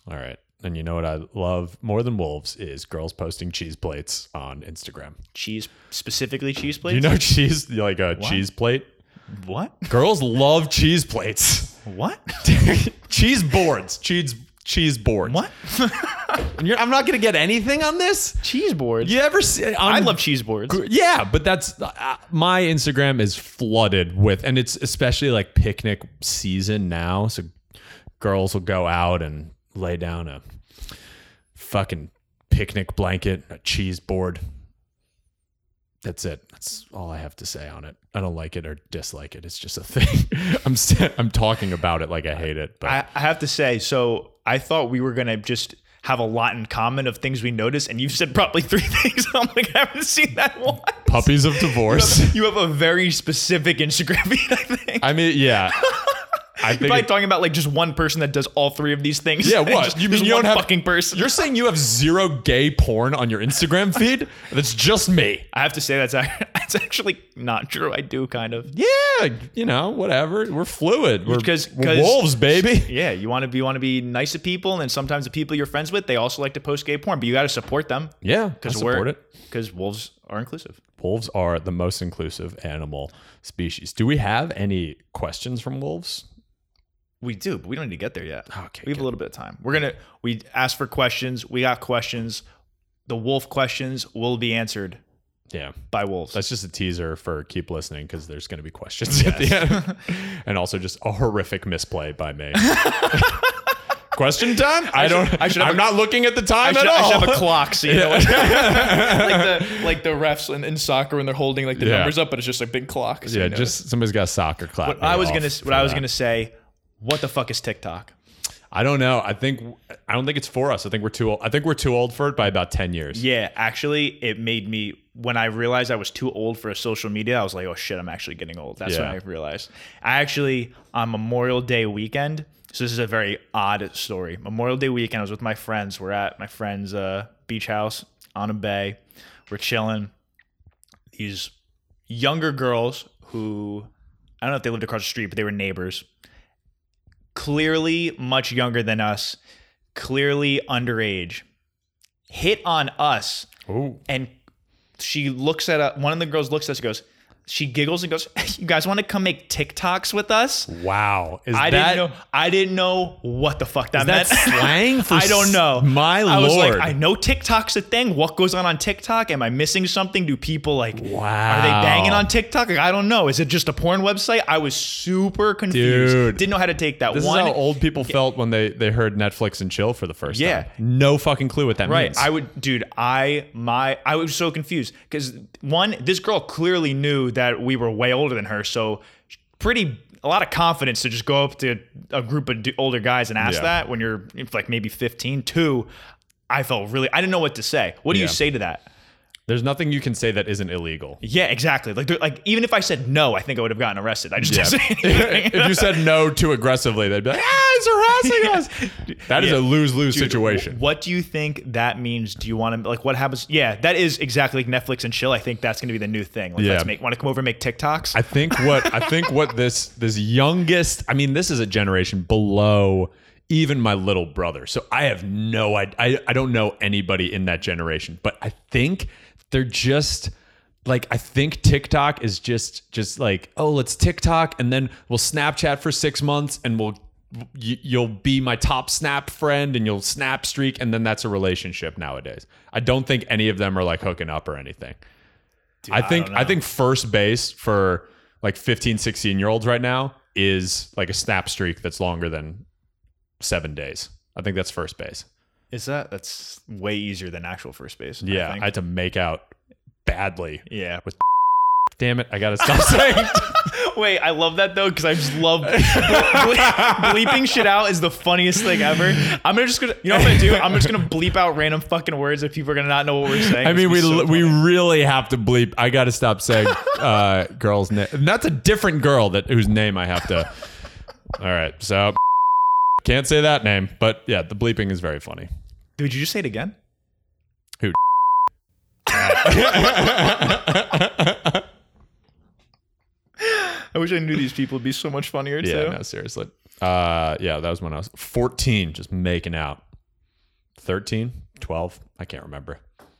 All right. And you know what I love more than wolves is girls posting cheese plates on Instagram. Cheese, specifically cheese plates. You know cheese like a cheese plate? what? Girls love cheese plates. What? cheese boards. Cheese cheese boards. What? And you're- I'm not gonna get anything on this. cheese boards. You ever see? on- I love cheese boards. Yeah, but that's uh, my Instagram is flooded with, and it's especially like picnic season now. So girls will go out and lay down a fucking picnic blanket, a cheese board. That's it. That's all I have to say on it. I don't like it or dislike it. It's just a thing. I'm st- I'm talking about it like I hate it, but I, I have to say, so I thought we were gonna just have a lot in common of things we noticed, and you've said probably three things. I'm like, I haven't seen that one. puppies of divorce. You have a very specific Instagram feed, I think. I mean, yeah. I think Probably it- talking about like just one person that does all three of these things. Yeah, And what? Just, You mean just you one don't have- fucking person? You're saying you have zero gay porn on your Instagram feed? That's just me. I have to say that's ac- that's actually not true. I do kind of. Yeah, you know, whatever. We're fluid. We're, 'Cause- we're 'cause- wolves, baby. Yeah, you want to be you want to be nice to people, and sometimes the people you're friends with they also like to post gay porn, but you got to support them Yeah, I because support we're it. because wolves are inclusive. Wolves are the most inclusive animal species. Do we have any questions from wolves? We do, but we don't need to get there yet. Okay, we have good. a little bit of time. We're gonna we asked for questions. We got questions. The wolf questions will be answered Yeah, by wolves. that's just a teaser for keep listening because there's going to be questions at the end, and also just a horrific misplay by me. Question time? I, don't. I should have I'm a- not looking at the time I should, at all. I should have a clock, so you know, like the like the refs in, in soccer when they're holding like the Yeah. numbers up, but it's just a big clock. so you Yeah, know. just somebody's got a soccer clap. What I was gonna what I was gonna say. What the fuck is TikTok? I don't know. I think I don't think it's for us. I think we're too old. I think we're too old for it by about ten years. Yeah, actually, it made me when I realized I was too old for a social media. I was like, oh shit, I'm actually getting old. That's Yeah. when I realized. I actually on Memorial Day weekend. So this is a very odd story. Memorial Day weekend, I was with my friends. We're at my friend's uh, beach house on a bay. We're chilling. These younger girls who I don't know if they lived across the street, but they were neighbors. Clearly much younger than us, clearly underage. Hit on us Ooh. and she looks at uh, one of the girls looks at us and goes she giggles and goes, "You guys want to come make TikToks with us?" Wow. Is I that, didn't know. I didn't know what the fuck that, is that meant. slang for I don't know. s- My I was lord. like, I know TikTok's a thing. What goes on on TikTok? Am I missing something? Do people like? Wow. Are they banging on TikTok? Like, I don't know. Is it just a porn website? I was super confused. Dude. Didn't know how to take that This one. is how old people felt when they, they heard Netflix and chill for the first Yeah. time. No fucking clue what that Right. means. I would, dude. I my I was so confused because one, this girl clearly knew that we were way older than her, so pretty a lot of confidence to just go up to a group of d- older guys and ask Yeah. that when you're if, like maybe 15. Two, I felt really I didn't know what to say. What do you Yeah. say to that? There's nothing you can say that isn't illegal. Yeah, exactly. Like they're- like even if I said no, I think I would have gotten arrested. I just didn't say anything. if you said no too aggressively, they'd be like, ah, he's harassing us. That is Yeah. a lose lose Dude, situation. wh- What do you think that means? Do you want to like what happens? Yeah, that is exactly like Netflix and chill. I think that's going to be the new thing. Like, Yeah. let's make want to come over and make TikToks. I think what I think what this this youngest I mean this is a generation below even my little brother. So I have no I I, I don't know anybody in that generation, but I think they're just like I think TikTok is just just like oh let's TikTok and then we'll Snapchat for 6 months and we'll you- you'll be my top snap friend and you'll snap streak and then that's a relationship nowadays. I don't think any of them are like hooking up or anything. I think don't I, know. think first base for like 15, 16 year olds right now is like a snap streak that's longer than seven days. I think that's first base. Is that that's way easier than actual first base? Yeah, I I, think. had to make out badly. yeah. Damn it, I gotta stop saying. Wait, I love that though because I just love ble- bleeping shit out is the funniest thing ever. I'm gonna just gonna you know what I'm gonna do? I'm just gonna bleep out random fucking words if people are gonna not know what we're saying. I mean, we It's gonna be so we funny. really have to bleep. I gotta stop saying uh, girl's name. That's a different girl that whose name I have to. All right, so can't say that name, but yeah, the bleeping is very funny. dude, you just say it again? I wish I knew these people would be so much funnier too. Yeah, no, seriously. Uh, yeah, that was when I was 14, just making out. 13, 12, I can't remember.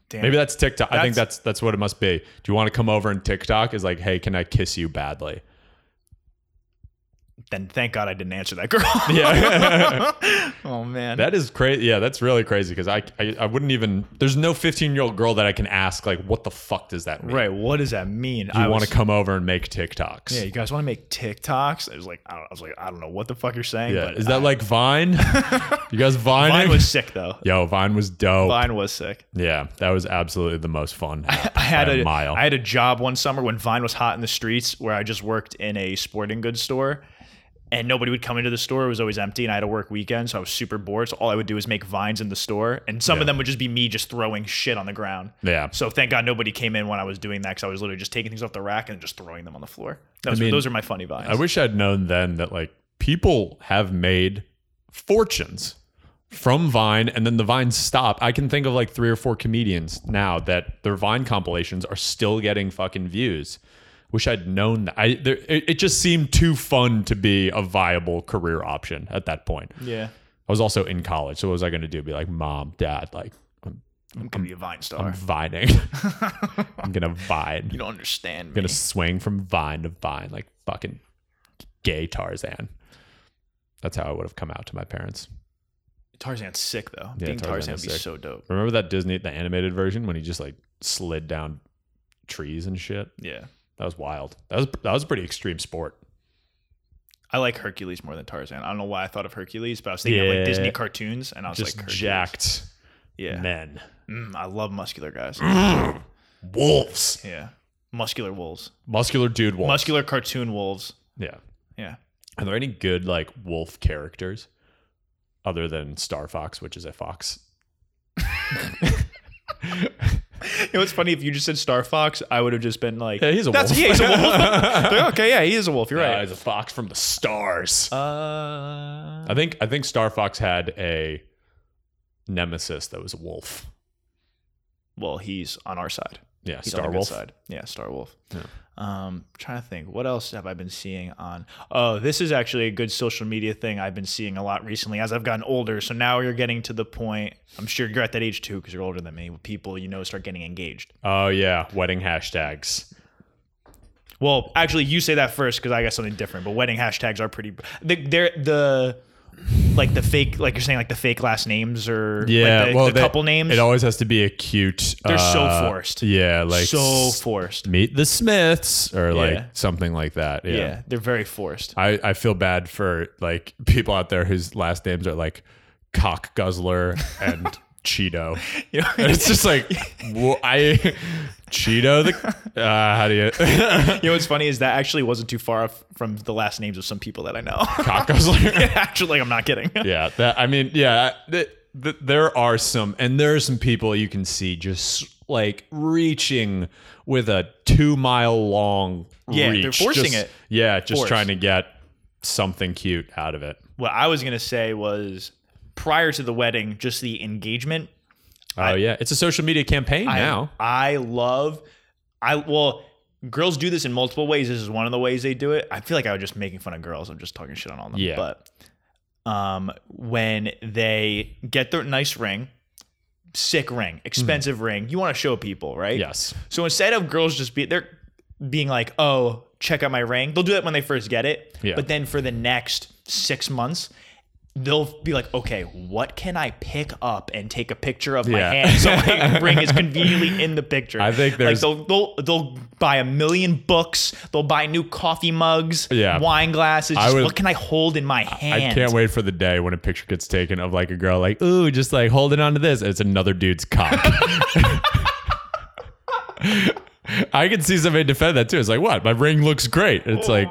Damn. Maybe that's TikTok. I think That's- that's that's what it must be. Do you want to come over and TikTok is like, hey, can I kiss you badly? then thank God I didn't answer that girl. Yeah. oh man. that is crazy. Yeah, that's really crazy because I, I I wouldn't even. There's no 15 year old girl that I can ask like, what the fuck does that mean? right. What does that mean? Do you I want was- to come over and make TikToks? Yeah, you guys want to make TikToks? I was like, I, don't, I was like, I don't know what the fuck you're saying. Yeah. but Is that like Vine? you guys Vine? Vine was sick though. Yo, Vine was dope. Vine was sick. Yeah, that was absolutely the most fun. I had by a, mile. I had a job one summer when Vine was hot in the streets, where I just worked in a sporting goods store, and nobody would come into the store. It was always empty, and I had to work weekends, so I was super bored. So all I would do is make vines in the store, and some of them would just be me just throwing shit on the ground. Yeah. So thank God nobody came in when I was doing that, because I was literally just taking things off the rack and just throwing them on the floor. Those, mean, those are my funny vines. I wish I'd known then that like people have made fortunes from Vine and then the Vines stop. I can think of like three or four comedians now that their Vine compilations are still getting fucking views. Wish I'd known that. I there, it, it just seemed too fun to be a viable career option at that point. yeah, I was also in college, so what was I going to do? Be like, mom, dad, like I'm I'm gonna be a vine star. vining. I'm gonna vine. you don't understand me. gonna swing from vine to vine like fucking gay Tarzan. That's how I would have come out to my parents. Tarzan's sick though. Yeah, Being Tarzan, Tarzan would is be sick. so dope. Remember that Disney, the animated version, when he just like slid down trees and shit? Yeah, That was wild. That was that was a pretty extreme sport. I like Hercules more than Tarzan. I don't know why I thought of Hercules, but I was thinking of like Yeah. Disney cartoons, and I was Just like, Hercules. jacked Yeah, men, Mm, I love muscular guys. wolves, yeah, muscular wolves, muscular dude wolves. muscular cartoon wolves. yeah. Yeah, Are there any good like wolf characters other than Star Fox, which is a fox? you know what's funny? If you just said Star Fox, I would have just been like, Yeah, he's a That's, wolf. yeah, he's a wolf. Like, okay, yeah, he is a wolf. You're Uh, right. he's a fox from the stars. Uh, I think I think Star Fox had a nemesis that was a wolf. well, he's on our side. Yeah, He's on Star the good Wolf. side. Yeah, Star Wolf. Yeah. Um, trying to think, what else have I been seeing on? Oh, this is actually a good social media thing I've been seeing a lot recently as I've gotten older. So now you're getting to the point. I'm sure you're at that age too because you're older than me. where People you know start getting engaged. Oh yeah, wedding hashtags. Well, actually, you say that first because I got something different. But wedding hashtags are pretty. They, they're the like the fake, like you're saying, like the fake last names or like, Yeah, the, well, the they- couple names. It always has to be acute. They're so uh, forced. Yeah, like so s- forced. meet the Smiths or like Yeah. something like that. Yeah. Yeah. they're very forced. I, I feel bad for like people out there whose last names are like cock guzzler and Cheeto. You know, And it's just like wha- I Cheeto the uh, how do you you know what's funny is that actually wasn't too far off from the last names of some people that I know. cock guzzler? actually, I'm not kidding. yeah, that I mean, yeah, th- th- there are some, and there are some people you can see just like reaching with a two mile long Yeah, reach. they're forcing Just- it. Yeah, just Force. trying to get something cute out of it. What I was gonna say was prior to the wedding, just the engagement Oh yeah, it's a social media campaign I- now. I love I well girls do this in multiple ways. This is one of the ways they do it. I feel like I was just making fun of girls. I'm just talking shit on all them. Yeah. But um when they get their nice ring, sick ring, expensive Mm-hmm. ring, you want to show people, right? Yes. So instead of girls just be they're being like, "Oh, check out my ring." They'll do that when they first get it. Yeah. But then for the next 6 months, they'll be like, "Okay, what can I pick up and take a picture of my Yeah. hand so my ring is conveniently in the picture?" I think there's- like they'll, they'll they'll buy a million books, they'll buy new coffee mugs, Yeah. wine glasses. I just would- what can I hold in my hand? I can't wait for the day when a picture gets taken of like a girl like, ooh, just like holding on to this. It's another dude's cock. I can see somebody defend that too. It's like, what? My ring looks great. It's like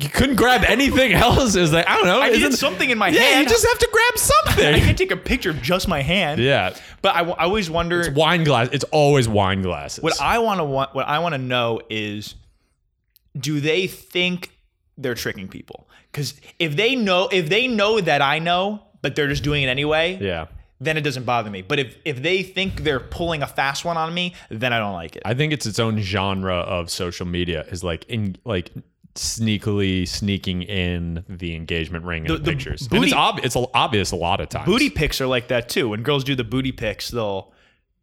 you couldn't grab anything else. It's like, I don't know. I isn't- needed something in my yeah, hand. you just have to grab I something. can't take a picture of just my hand. yeah. But I, w- I always wonder Wine glass. It's always wine glasses. What I want to want, what I want to know is, do they think they're tricking people? Because if they know, if they know that I know, but they're just doing it anyway, yeah. then it doesn't bother me. But if if they think they're pulling a fast one on me, then I don't like it. I think it's its own genre of social media is like in like sneakily sneaking in the engagement ring and the, the pictures. booty- and it's, ob- it's a- obvious a lot of times. booty pics are like that too. When girls do the booty pics, they'll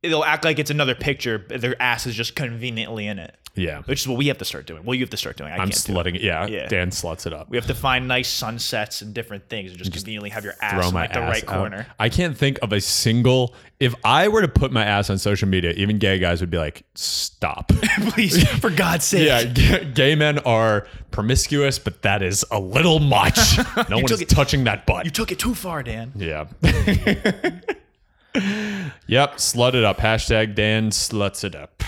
they'll act like it's another picture, but their ass is just conveniently in it, Yeah. which is what we have to start doing. Well, you have to start doing. I I'm can't do it. slutting it. Yeah, Yeah. Dan sluts it up. We have to find nice sunsets and different things, and just, conveniently have your ass Throw in my like the ass right out. corner. I can't think of a single. If I were to put my ass on social media, even gay guys would be like, "Stop." Please, for God's sake. yeah, g- gay men are promiscuous, but that is a little much. No one took is it- touching that butt. You took it too far, Dan. Yeah. yep. Slut it up. Hashtag Dan sluts it up.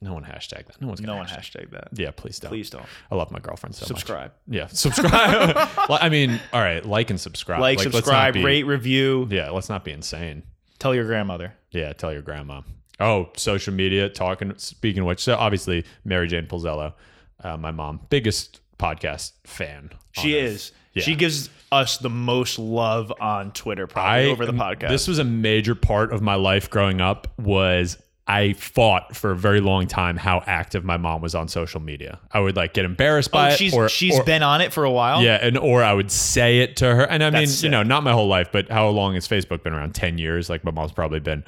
No one hashtag that. No one's gonna No one hashtag hashtag. that. Yeah, please don't. Please don't. I love my girlfriend so Subscribe. much. Yeah, subscribe. Li- I mean, all right, like and subscribe. Like, let's not subscribe, be- rate, review. Yeah, let's not be insane. Tell your grandmother. Yeah, tell your grandma. Oh, social media talking. Speaking of which, so obviously Mary Jane Pulzello, uh, my mom, biggest podcast fan. She on earth. is. She gives us the most love on Twitter, I probably over the podcast. This was a major part of my life growing up was I fought for a very long time how active my mom was on social media. I would like get embarrassed by oh, it she's or, she's or- been on it for a while. yeah, and or I would say it to her. And I mean, That's you know, not my whole life, but how long has Facebook been around? 10 years. Like my mom's probably been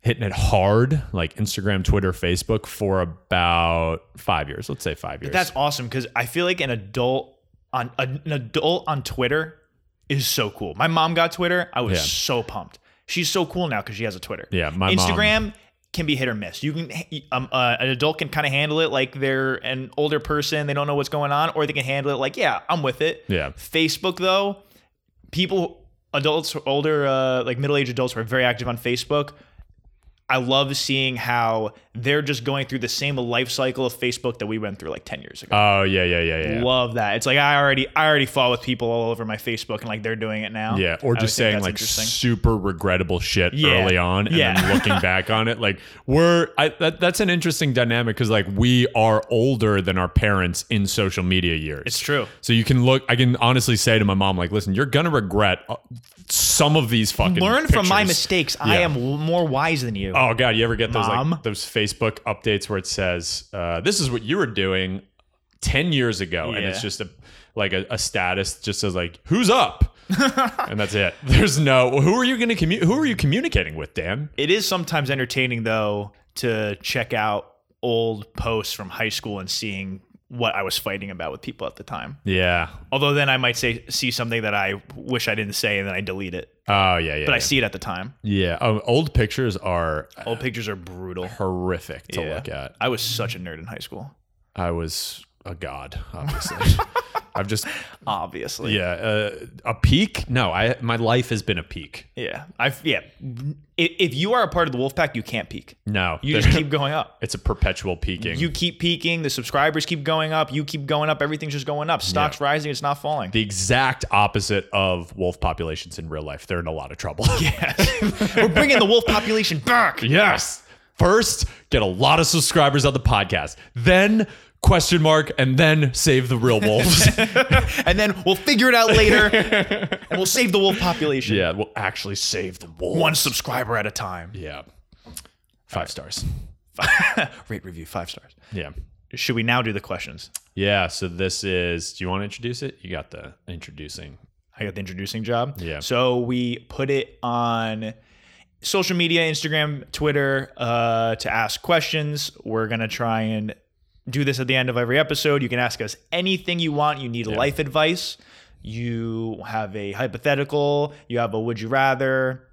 hitting it hard, like Instagram, Twitter, Facebook for about 5 years. Let's say 5 years. That's awesome because I feel like an adult on an adult on Twitter is so cool. My mom got Twitter. I was Yeah. so pumped. She's so cool now because she has a Twitter. Yeah, my mom- Instagram can be hit or miss. You can um, uh, an adult can kind of handle it like they're an older person. They don't know what's going on, or they can handle it like yeah, I'm with it. Yeah. Facebook though, people adults older uh, like middle aged adults who are very active on Facebook. I love seeing how they're just going through the same life cycle of Facebook that we went through like ten years ago. Oh, yeah, yeah, yeah, yeah. Love that. It's like I already I already fought with people all over my Facebook and like they're doing it now. Yeah, or Oh, I would just think saying that's like interesting. super regrettable shit Yeah. early on, and Yeah. then looking back on it, like we're I, that, that's an interesting dynamic because like we are older than our parents in social media years. It's true. So you can look. I can honestly say to my mom, like, listen, you're gonna regret uh, some of these fucking. Learn from my pictures." mistakes. I Yeah. am w- more wise than you. Oh god, you ever get those Mom? like those Facebook updates where it says, uh, "This is what you were doing ten years ago," and it's Yeah. just a like a, a status just says like, "Who's up?" and that's it. There's no well, who are you going to commu- who are you communicating with, Dan? It is sometimes entertaining though to check out old posts from high school and seeing what I was fighting about with people at the time. Yeah. Although then I might say see something that I wish I didn't say and then I delete it. Oh yeah, yeah. But I yeah. see it at the time. Yeah. Um, old pictures are Old pictures are brutal. horrific to Yeah. look at. I was such a nerd in high school. I was a god, obviously. I've just Obviously. yeah, uh, a peak. No, I my life has been a peak. Yeah. I yeah. If, if you are a part of the wolf pack, you can't peak. No, You just keep going up. it's a perpetual peaking. You keep peaking, the subscribers keep going up, you keep going up, everything's just going up. Stocks rising, it's not falling. the exact opposite of wolf populations in real life. They're in a lot of trouble. We're bringing the wolf population back. yes. First, get a lot of subscribers on the podcast. Then question mark and then save the real wolves. And then we'll figure it out later and we'll save the wolf population. yeah, we'll actually save the wolves. One subscriber at a time. Yeah. Five stars. Rate review five stars. Yeah. Should we now do the questions? Yeah. So this is. Do you want to introduce it? You got the introducing. I got the introducing job. Yeah. So we put it on social media, Instagram, Twitter, uh, to ask questions. We're gonna try and do this at the end of every episode. You can ask us anything you want. You need life advice. You have a hypothetical. You have a would you rather.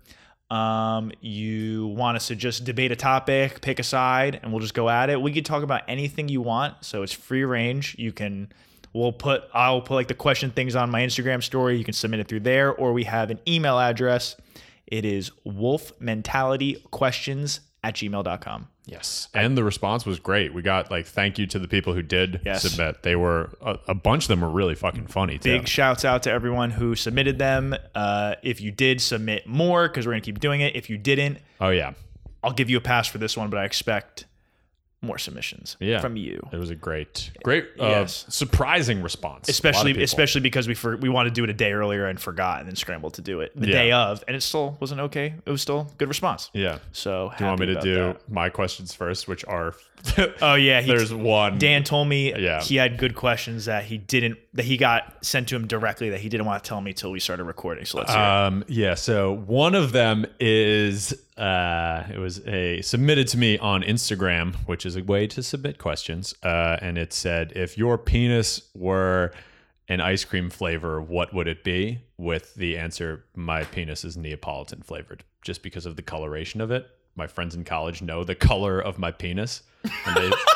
Um, you want us to just debate a topic, pick a side, and we'll just go at it. We could talk about anything you want, so it's free range. You can we'll put I'll put like the question things on my Instagram story. You can submit it through there, or we have an email address. It is wolfmentalityquestions at gmail.com. Yes. And the response was great. We got like thank you to the people who did Yes. submit. They were a, a bunch of them were really fucking funny too. Big shouts out to everyone who submitted them. Uh, if you did submit more, because we're gonna keep doing it. If you didn't, Oh yeah. I'll give you a pass for this one, but I expect more submissions Yeah. from you. It was a great, great, uh, Yes. surprising response. A lot of especially people. especially because we for, we wanted to do it a day earlier and forgot and then scrambled to do it the Yeah. day of and it still wasn't okay it was still good response Yeah. so Do you want me to do my questions first, which are oh yeah he, there's one. dan told me Yeah. he had good questions that he didn't that he got sent to him directly that he didn't want to tell me till we started recording so let's hear it. Um, yeah, so one of them is uh, it was a submitted to me on Instagram, which is a way to submit questions. Uh, and it said, if your penis were an ice cream flavor, what would it be? With the answer, my penis is Neapolitan flavored, just because of the coloration of it. My friends in college know the color of my penis, and, they-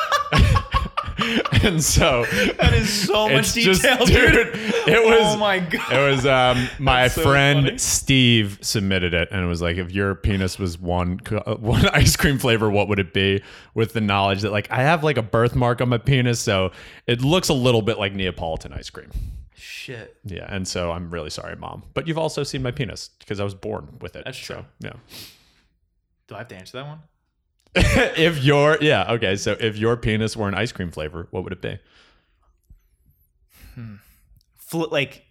and so that is so much it's just- detail dude, dude It was oh my god it was um, my so friend funny. Steve submitted it and it was like, if your penis was one co- uh, one ice cream flavor, what would it be? With the knowledge that like I have like a birthmark on my penis, so it looks a little bit like Neapolitan ice cream. shit Yeah, and so I'm really sorry, mom, but you've also seen my penis because I was born with it. That's true. So, do i have to answer that one yeah. if your yeah okay, so if your penis were an ice cream flavor, what would it be? Fl- like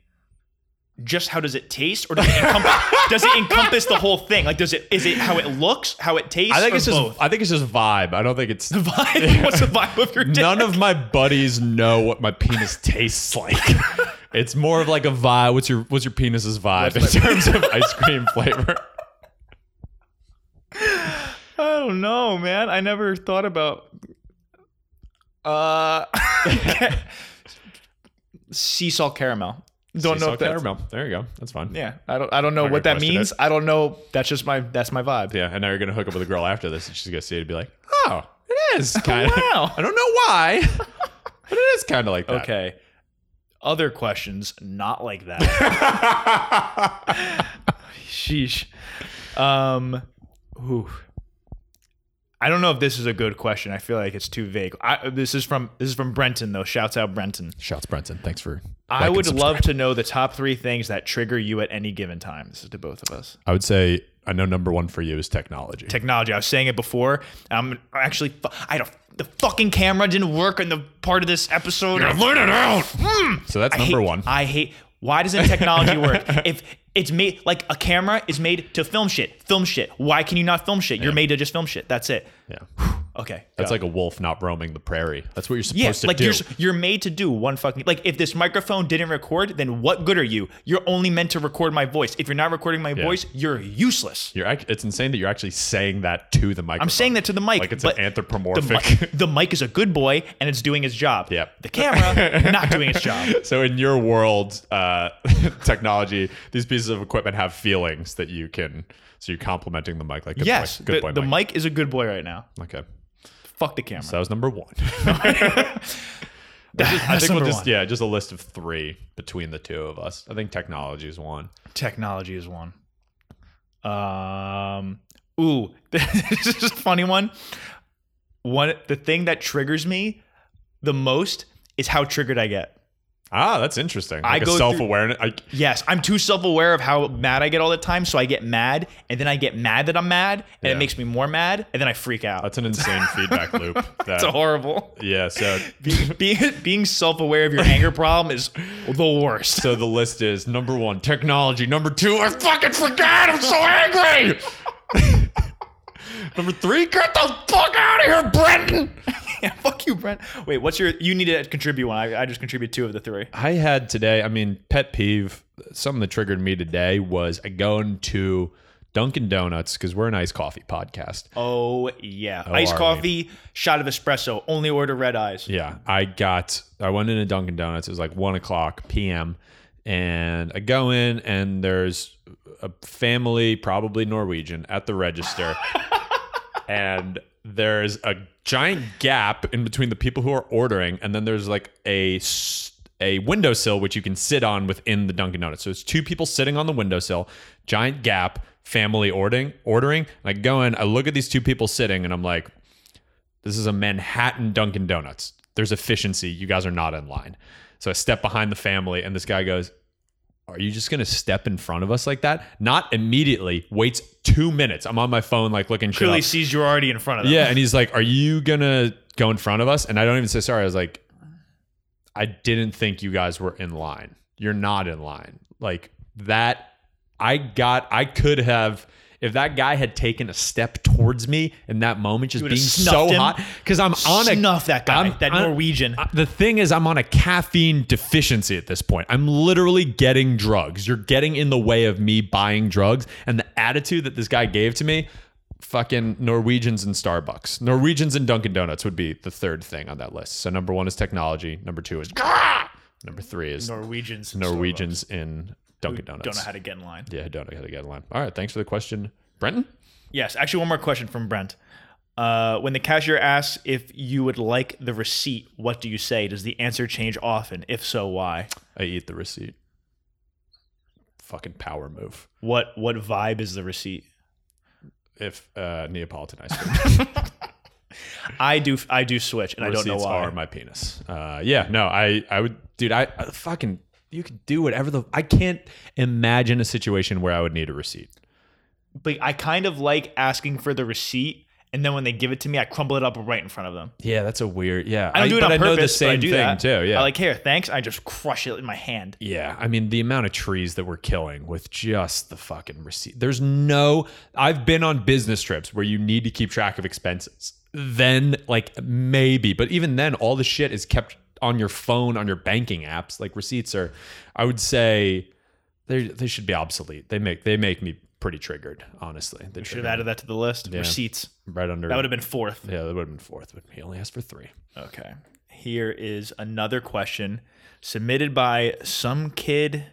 just how does it taste or does it, encompass, does it encompass the whole thing like does it is it how it looks how it tastes I think or it's both? just I think it's just vibe. I don't think it's vibe? What's the vibe of your dick? None of my buddies know what my penis tastes like. it's more of like a vibe. What's your what's your penis's vibe What's in terms of ice cream flavor? I don't know, man. I never thought about. Uh, sea salt caramel. Don't know Sea salt if that's, caramel. There you go. That's fine. Yeah, I don't. I don't know Not what gonna that question means. I don't know. That's just my. That's my vibe. Yeah, And now you're gonna hook up with a girl after this, and she's gonna see it and be like, "Oh, it is kind of." Oh, Wow. I don't know why, but it is kind of like that. Okay. Other questions, not like that. Sheesh. Um. Ooh. I don't know if this is a good question. I feel like it's too vague. I, this is from this is from Brenton though. Shouts out Brenton. Shouts Brenton. Thanks for. like I and would subscribe. love to know the top three things that trigger you at any given time. This is to both of us. I would say I know number one for you is technology. Technology. I was saying it before. I'm actually. fu- I had a, the fucking camera didn't work in the part of this episode. I Learn it out. So that's number hate- one. Hmm. I hate. Why doesn't technology work? if it's made like a camera is made to film shit, film shit. Why can you not film shit? You're made to just film shit. That's it. Yeah. Okay. That's go. like a wolf not roaming the prairie. That's what you're supposed yeah, to like do. you're s- you're made to do one fucking like if this microphone didn't record, then what good are you? You're only meant to record my voice. If you're not recording my voice, you're useless. You're act- it's insane that you're actually saying that to the microphone. I'm saying that to the mic. like it's but an the, anthropomorphic. mic, the mic is a good boy and it's doing its job. Yep. The camera not doing its job. so in your world, uh, technology, these pieces of equipment have feelings that you can. So you're complimenting the mic like good yes, boy, good the, boy, the Mike. mic is a good boy right now. Okay, Fuck the camera. so that was number one. That's I think we'll number just one. yeah, just a list of three between the two of us. I think technology is one. Technology is one. Um, ooh, this is a funny one. One, the thing that triggers me the most is how triggered I get. Ah, that's interesting. I Like a go through- self awareness. I Yes, I'm too self aware of how mad I get all the time, so I get mad, and then I get mad that I'm mad, and Yeah. it makes me more mad, and then I freak out. That's an insane feedback loop. That, It's horrible. yeah. So being being, being self aware of your anger problem is the worst. so the list is number one technology. Number two, I fucking forgot. I'm so angry. number three, get the fuck out of here, Brendan. Yeah, fuck you, Brent. Wait, what's your? You need to contribute one. I, I just contribute two of the three. I had today, I mean, pet peeve, something that triggered me today was going to Dunkin' Donuts because we're an iced coffee podcast. Oh yeah, iced are we? coffee, shot of espresso. Only order red eyes. Yeah, I got. I went into Dunkin' Donuts. It was like one o'clock p.m. And I go in, and there's a family, probably Norwegian, at the register, and there's a giant gap in between the people who are ordering, and then there's like a s- a windowsill which you can sit on within the Dunkin' Donuts. So it's two people sitting on the windowsill, giant gap, family ordering, ordering. And I go in, I look at these two people sitting, and I'm like, this is a Manhattan Dunkin' Donuts. There's efficiency. You guys are not in line. So I step behind the family, and this guy goes, Are you just going to step in front of us like that? Not immediately, waits two minutes. I'm on my phone, like looking shit Clearly up. sees you're already in front of them. Yeah. And he's like, Are you going to go in front of us? And I don't even say sorry. I was like, I didn't think you guys were in line. You're not in line. Like that, I got, I could have. If that guy had taken a step towards me in that moment, just would've being so snuffed him. hot, because I'm on a Snuff that guy, I'm- that I'm- Norwegian. uh, the thing is, I'm on a caffeine deficiency at this point. I'm literally getting drugs. You're getting in the way of me buying drugs. And the attitude that this guy gave to me, fucking Norwegians and Starbucks. Norwegians and Dunkin' Donuts would be the third thing on that list. So number one is technology. Number two is "Gah!" number three is Norwegians. in Norwegians in Dunkin' Starbucks. Donuts. Don't know how to get in line. yeah, don't know how to get in line. All right, thanks for the question, Brenton. Yes, actually, one more question from Brent. Uh, when the cashier asks if you would like the receipt, what do you say? Does the answer change often? If so, why? I eat the receipt. Fucking power move. What what vibe is the receipt? If uh, Neapolitan ice cream. I do I do switch, and I don't know receipts why. Are my penis? Uh, yeah, no, I, I would, dude, I, I fucking, you could do whatever the. I can't imagine a situation where I would need a receipt. but I kind of like asking for the receipt, and then when they give it to me, I crumble it up right in front of them. Yeah, that's a weird. Yeah, I don't do it but on I purpose. know the but same I do thing that. too. Yeah, I like here, thanks. I just crush it in my hand. Yeah, I mean the amount of trees that we're killing with just the fucking receipt. There's no. I've been on business trips where you need to keep track of expenses. Then, like maybe, but even then, all the shit is kept on your phone, on your banking apps. Like receipts are, I would say, they they should be obsolete. They make they make me pretty triggered. Honestly, Should they have trigger added that to the list. Receipts. me right under. That would have been fourth. yeah, that would have been fourth, but he only asked for three. Okay. Here is another question submitted by some kid,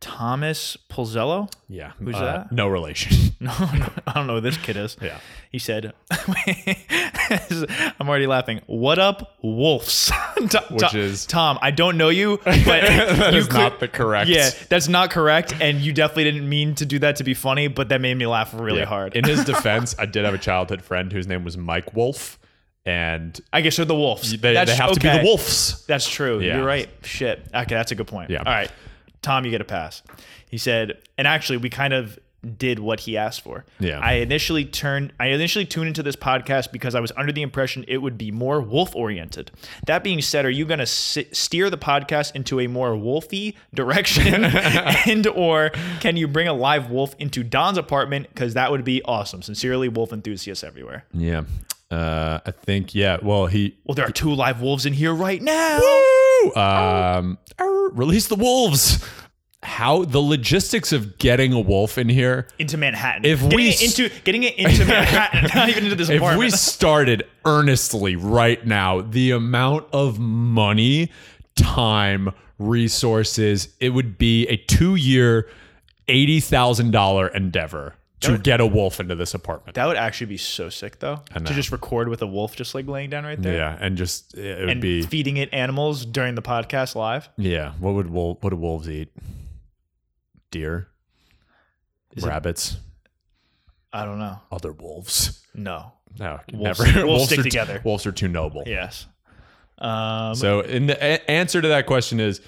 Thomas Polzello. Yeah, uh, Who's that? No relation. No, no, I don't know who this kid is. Yeah. He said, I'm already laughing. What up, wolves? To- Which to- is- Tom, I don't know you, but that you is clear- not the correct. Yeah, that's not correct. And you definitely didn't mean to do that to be funny, but that made me laugh really Yeah. hard. In his defense, I did have a childhood friend whose name was Mike Wolf, and I guess they're the wolves. they, they That's have to be okay. the Wolves. That's true. Yeah. You're right. Shit. Okay, that's a good point. Yeah. All right. Tom, you get a pass. He said, and actually, we kind of did what he asked for. Yeah. I initially turned, I initially tuned into this podcast because I was under the impression it would be more wolf oriented. That being said, are you going to si- steer the podcast into a more wolfy direction, and or can you bring a live wolf into Don's apartment? Because that would be awesome. Sincerely, wolf enthusiasts everywhere. Yeah. Uh, I think yeah. Well, he Well, there are two live wolves in here right now. Woo! Oh. Um, arr, release the wolves. How the logistics of getting a wolf in here? Into Manhattan. If getting we it s- into getting it into Manhattan, not even into this If we apartment. started earnestly right now, the amount of money, time, resources, it would be a two-year, eighty thousand dollar endeavor to get a wolf into this apartment. that would actually be so sick, though, to know. just record with a wolf just like laying down right there Yeah, and just it would and be feeding it animals during the podcast live. yeah. What would wolf? What do wolves eat? Deer, it- rabbits, I don't know. other wolves. No. No, Wolves- never. wolves stick are too- together. wolves are too noble. Yes. Um, So, in the a- answer to that question is,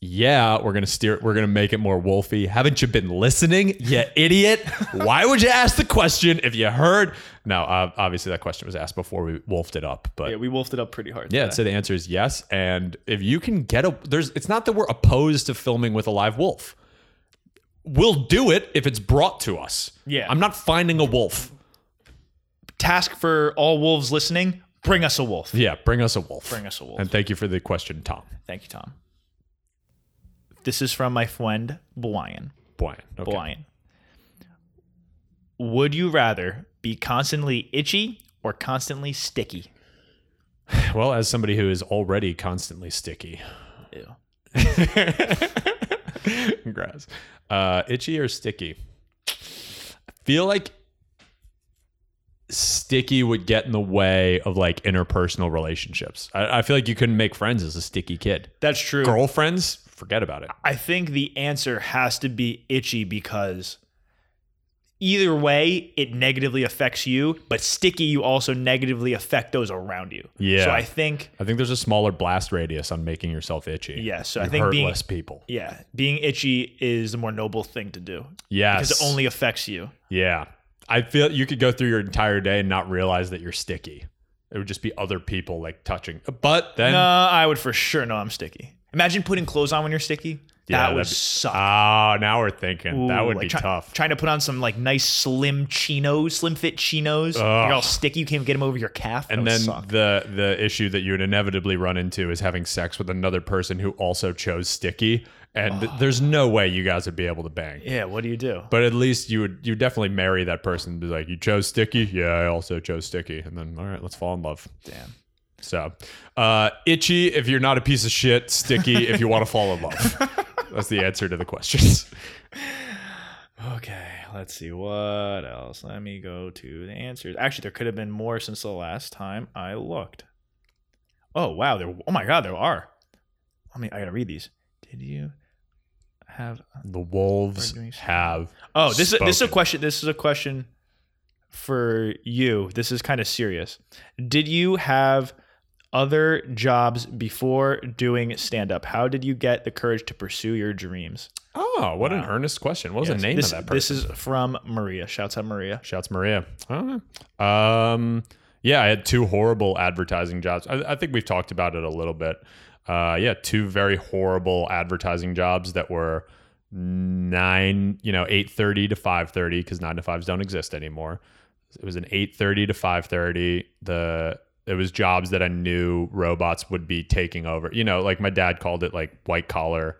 yeah, we're gonna steer. We're gonna make it more wolfy. Haven't you been listening, you idiot? Why would you ask the question if you heard? No, uh, obviously that question was asked before we wolfed it up, but yeah, we wolfed it up pretty hard. yeah. today. So the answer is yes. And if you can get a, there's, it's not that we're opposed to filming with a live wolf. We'll do it if it's brought to us. Yeah. I'm not finding a wolf. task for all wolves listening: bring us a wolf. Yeah, bring us a wolf. Bring us a wolf. And thank you for the question, Tom. Thank you, Tom. This is from my friend Blayan. Boyan. Okay. Blayan. Would you rather be constantly itchy or constantly sticky? Well, as somebody who is already constantly sticky. Ew. Congrats. Uh, itchy or sticky? I feel like sticky would get in the way of like interpersonal relationships. I, I feel like you couldn't make friends as a sticky kid. That's true. Girlfriends, forget about it. I think the answer has to be itchy because either way, it negatively affects you, but sticky, you also negatively affect those around you. Yeah. So I think, I think there's a smaller blast radius on making yourself itchy. yeah. So I You think hurt being, less people. yeah, being itchy is the more noble thing to do Yes. because it only affects you. Yeah. I feel you could go through your entire day and not realize that you're sticky. It would just be other people like touching. But then No, Uh, I would for sure know I'm sticky. Imagine putting clothes on when you're sticky. that Yeah, that'd would be- suck. Oh, now we're thinking. that Ooh, would like be try- tough. Trying to put on some like nice slim chinos, slim fit chinos. Ugh. You're all sticky. You can't get them over your calf. That and would then suck. the the issue that you would inevitably run into is having sex with another person who also chose sticky, and th- there's no way you guys would be able to bang. yeah, what do you do? But at least you would you definitely marry that person. and Be like, you chose sticky. Yeah, I also chose sticky. And then all right, let's fall in love. Damn. So, uh, itchy if you're not a piece of shit. Sticky if you want to fall in love. That's the answer to the questions. Okay, let's see what else. Let me go to the answers. Actually, there could have been more since the last time I looked. Oh wow, there. Oh my god, there are. I mean, I gotta read these. Did you have? The wolves have. Oh, this is this is a Spoken. question. This is a question for you. This is kind of serious. Did you have other jobs before doing stand up? How did you get the courage to pursue your dreams? Oh, what an Wow. earnest question. What was Yes, the name this, of that person? This is from Maria. Shouts out Maria. Shouts Maria. I don't know. Um, yeah, I had two horrible advertising jobs. I, I think we've talked about it a little bit. Uh, yeah, two very horrible advertising jobs that were nine, you know, eight thirty to five thirty because nine to fives don't exist anymore. It was an eight thirty to five thirty. The it was jobs that I knew robots would be taking over. You know, like my dad called it like white collar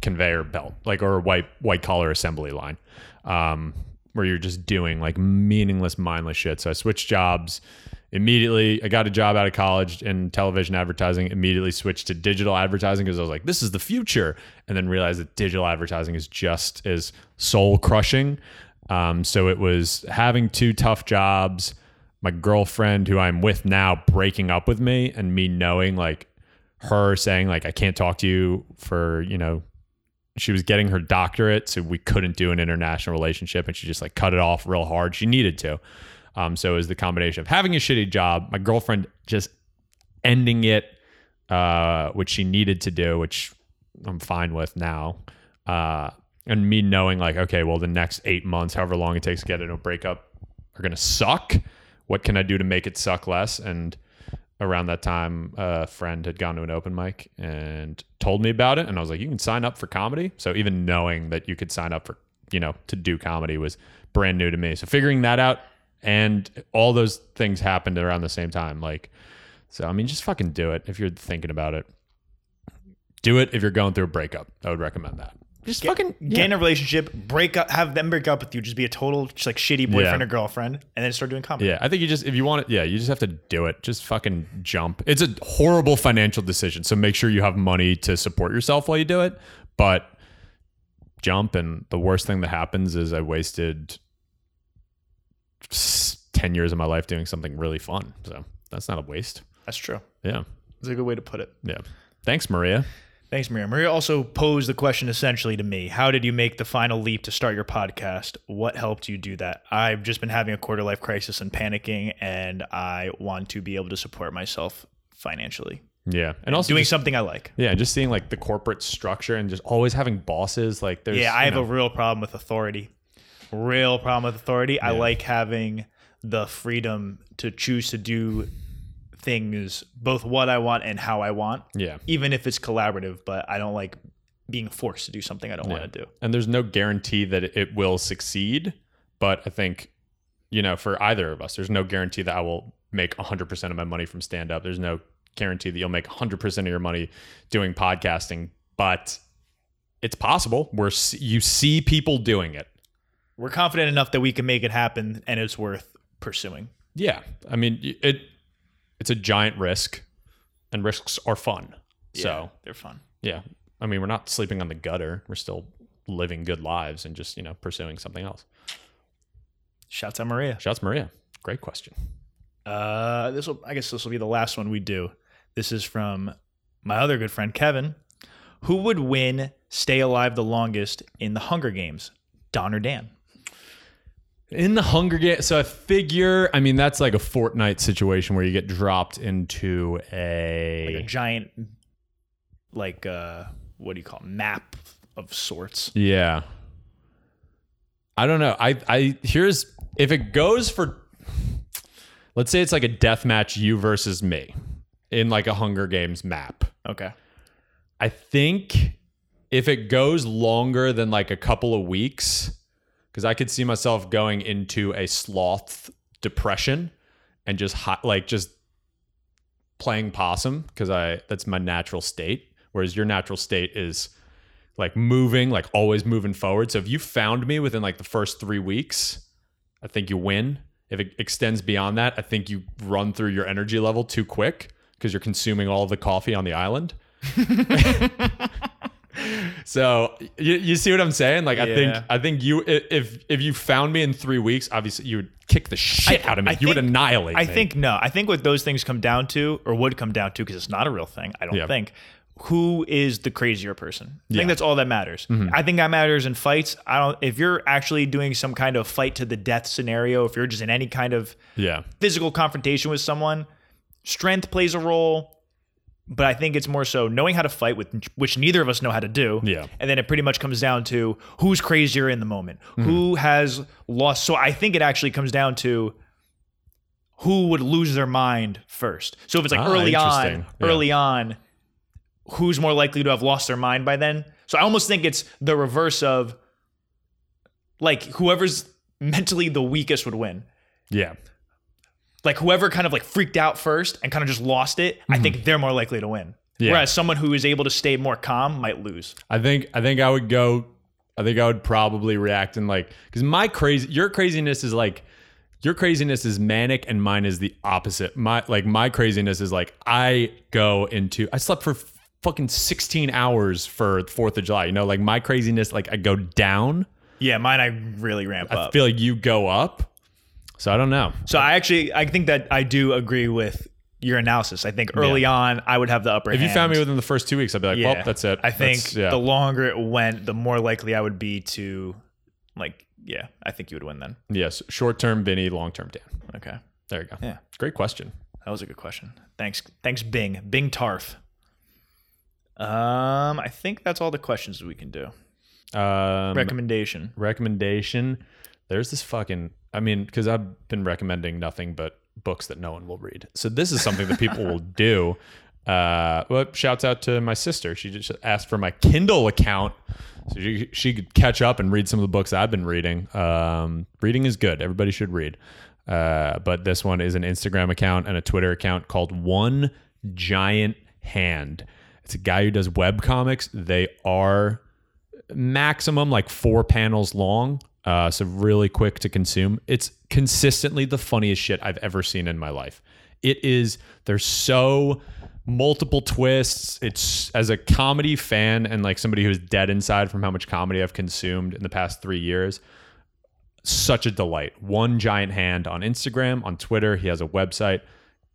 conveyor belt, like or a white white collar assembly line, um, where you're just doing like meaningless, mindless shit. So I switched jobs immediately. I got a job out of college in television advertising. Immediately switched to digital advertising because I was like, this is the future, and then realized that digital advertising is just as soul crushing. Um, so it was having two tough jobs. My girlfriend, who I'm with now, breaking up with me, and me knowing like her saying like I can't talk to you for you know she was getting her doctorate, so we couldn't do an international relationship, and she just like cut it off real hard. She needed to. Um, so it was the combination of having a shitty job, my girlfriend just ending it, uh, which she needed to do, which I'm fine with now. Uh, and me knowing like, okay, well, the next eight months, however long it takes to get into a breakup, are gonna suck. What can I do to make it suck less? And around that time a friend had gone to an open mic and told me about it and i was like you can sign up for comedy so even knowing that you could sign up for you know to do comedy was brand new to me so figuring that out and all those things happened around the same time. Like, so I mean, just fucking do it if you're thinking about it. Do it if you're going through a breakup. I would recommend that. Just fucking Get in a relationship, break up, have them break up with you, just be a total just like shitty boyfriend Yeah. or girlfriend, and then start doing comedy. Yeah, I think you just if you want it, yeah, you just have to do it. Just fucking jump. It's a horrible financial decision, so make sure you have money to support yourself while you do it. But jump, and the worst thing that happens is I wasted s- ten years of my life doing something really fun. So that's not a waste. That's true. Yeah, That's a good way to put it. yeah. Thanks, Maria. Thanks, Maria. Maria also posed the question essentially to me How did you make the final leap to start your podcast? What helped you do that? I've just been having a quarter life crisis and panicking, and I want to be able to support myself financially, Yeah, and also doing just- something I like. yeah, just seeing like the corporate structure and just always having bosses. Like, there's Yeah, I you have know, a real problem with authority. Real problem with authority. I like having the freedom to choose to do things both what I want and how I want, yeah. even if it's collaborative, but I don't like being forced to do something I don't want to do. and there's no guarantee that it will succeed but i think you know for either of us there's no guarantee that i will make 100% of my money from stand up there's no guarantee that you'll make 100% of your money doing podcasting but it's possible where s- you see people doing it We're confident enough that we can make it happen and it's worth pursuing. yeah i mean y- it it's a giant risk and risks are fun so they're fun. yeah i mean we're not sleeping on the gutter we're still living good lives and just you know pursuing something else Shouts out Maria. shouts maria great question Uh, this will, I guess, this will be the last one we do. This is from my other good friend Kevin. Who would win, stay alive the longest in the Hunger Games, Don or Dan? In the Hunger Games, so I figure, I mean, that's like a Fortnite situation where you get dropped into Like a a. giant, like uh, what do you call it? map of sorts? yeah. I don't know. I, I, here's, if it goes for, let's say it's like a death match, you versus me in like a Hunger Games map. Okay, I think if it goes longer than like a couple of weeks, because I could see myself going into a sloth depression and just hi- like just playing possum because I that's my natural state. Whereas your natural state is like moving, like always moving forward. So if you found me within like the first three weeks, I think you win. If it extends beyond that, I think you run through your energy level too quick because you're consuming all the coffee on the island. so you, you see what I'm saying? Like I Yeah. think I think you i- if if you found me in three weeks, obviously you would kick the shit I- out of me. I you would think- annihilate. I me. think no. I think what those things come down to, or would come down to, because it's not a real thing. I don't Yeah. think. Who is the crazier person? I Yeah. Mm-hmm. think that's all that matters. I think that matters in fights. I don't. If you're actually doing some kind of fight to the death scenario, if you're just in any kind of Yeah. physical confrontation with someone, strength plays a role. But I think it's more so knowing how to fight with which neither of us know how to do. Yeah. And then it pretty much comes down to who's crazier in the moment, Mm-hmm. who has lost. So I think it actually comes down to who would lose their mind first. So if it's like Ah, early on, interesting. Yeah. early on, who's more likely to have lost their mind by then? So I almost think it's the reverse of like whoever's mentally the weakest would win Yeah. like whoever kind of like freaked out first and kind of just lost it, I think they're more likely to win. Yeah. Whereas someone who is able to stay more calm might lose. I think I think I would go. I think I would probably react and like because my crazy, your craziness is like your craziness is manic and mine is the opposite. My like my craziness is like I go into I slept for fucking sixteen hours for Fourth of July. You know, like my craziness, like I go down. Yeah, mine I really ramp I up. feel like you go up. So I don't know. so I actually I think that I do agree with your analysis. I think early on I would have the upper If you hand. found me within the first two weeks, I'd be like, well, that's it. I think That's- yeah. the longer it went, the more likely I would be to like yeah, I think you would win then. yes, short term Vinny, long term Dan. Okay. There you go. Yeah. great question. That was a good question. Thanks. Thanks, Bing. Bing Tarf. Um, I think that's all the questions we can do. Mm. Um, Recommendation. recommendation. There's this fucking. I mean, because I've been recommending nothing but books that no one will read. So this is something that people will do. Uh, well, shouts out to my sister. She just asked for my Kindle account so she, she could catch up and read some of the books I've been reading. Um, reading is good. Everybody should read. Uh, but this one is an Instagram account and a Twitter account called One Giant Hand. It's a guy who does web comics. They are maximum like four panels long. Uh, so really quick to consume. It's consistently the funniest shit I've ever seen in my life. It is there's so multiple twists. It's as a comedy fan and like somebody who's dead inside from how much comedy I've consumed in the past three years such a delight. One giant hand on Instagram, on Twitter. He has a website.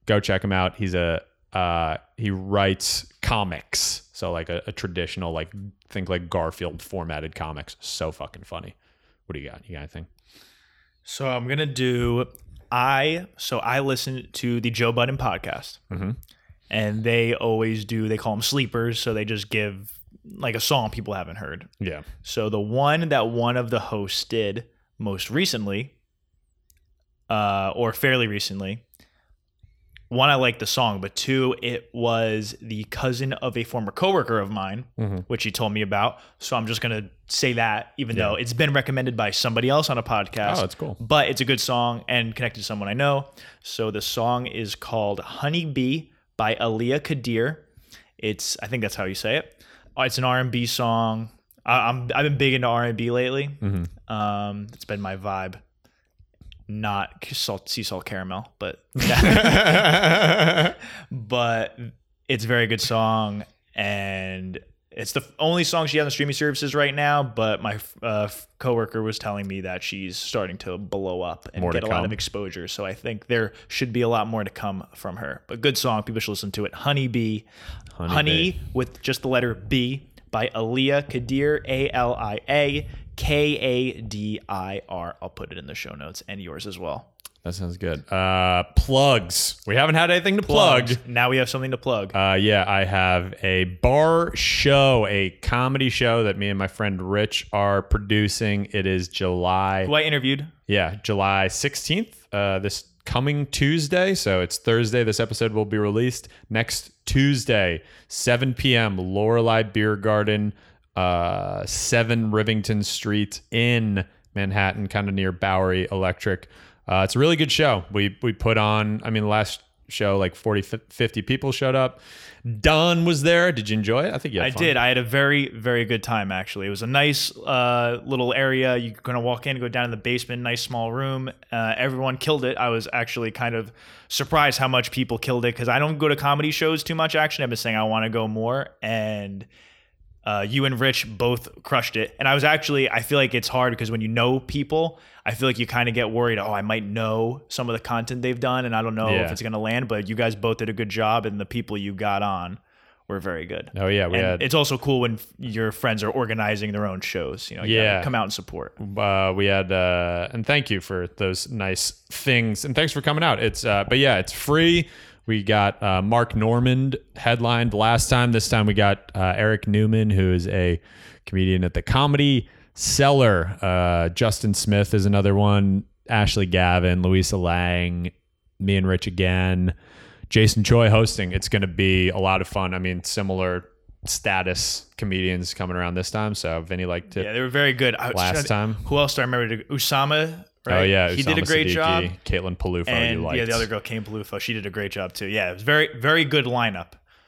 Go check him out. He's a uh, he writes comics, so like a, a traditional like think like Garfield formatted comics. So fucking funny. What do you got? You got anything? So I'm gonna do I so I listen to the Joe Budden podcast, Mhm. and they always do. They call them sleepers, so they just give like a song people haven't heard. Yeah. So the one that one of the hosts did most recently, uh, or fairly recently, one I liked the song, but two, it was the cousin of a former coworker of mine, Mhm. which he told me about. So I'm just gonna say that, even Yeah. though it's been recommended by somebody else on a podcast. Oh, that's cool. But it's a good song and connected to someone I know. So the song is called Honey Bee by Aaliyah Kadir. It's I think that's how you say it. Uh, It's an R and B song. I, I'm I've been big into R and B lately. Um, it's been my vibe. Not salt, sea salt caramel, but but it's a very good song and it's the only song she has on streaming services right now but my uh, f- coworker was telling me that she's starting to blow up and More to get a lot come. of exposure so i think there should be a lot more to come from her but good song people should listen to it honey bee honey, with just the letter b by Aaliyah Kadir, A L I A K A D I R. I'll put it in the show notes and yours as well. That sounds good. Uh, plugs. We haven't had anything to plug. Now we have something to plug. Uh, yeah, I have a bar show, a comedy show that me and my friend Rich are producing. It is July. Who I interviewed Yeah, July 16th, uh, this coming Tuesday. So it's Thursday. This episode will be released next Tuesday, 7 p.m., Lorelei Beer Garden, uh, 7 Rivington Street in Manhattan, kind of near Bowery Electric. Uh, it's a really good show. We, we put on, I mean, the last show, like 40, 50 people showed up. Don was there. Did you enjoy it? I think you had I fun. did. I had a very, very good time actually. It was a nice uh, little area. You're gonna walk in, go down in the basement, nice small room. Uh, everyone killed it. I was actually kind of surprised how much people killed it because I don't go to comedy shows too much. Actually, I've been saying I want to go more, and uh, you and Rich both crushed it. And I was actually, I feel like it's hard because when you know people, I feel like you kind of get worried. Oh, I might know some of the content they've done, and I don't know Yeah. if it's gonna land. But you guys both did a good job, and the people you got on. were very good Oh, yeah. We and had. it's also cool when f- your friends are organizing their own shows. You know, you gotta Yeah. come out and support. uh, we had uh, and thank you for those nice things and thanks for coming out it's uh, but yeah it's free we got uh, mark normand headlined last time this time we got uh, eric newman who is a comedian at the comedy cellar uh, justin smith is another one ashley gavin louisa lang me and rich again jason choi hosting it's going to be a lot of fun i mean similar status comedians coming around this time so vinny liked it Yeah, they were very good. I was trying last to- time who else do I remember? To, Usama. Right? Oh yeah, he did a Usama great Siddiqui, job. Caitlin Palufo, And you liked. yeah, the other girl, Kane Palufo, she did a great job too. Yeah, it was very, very good lineup.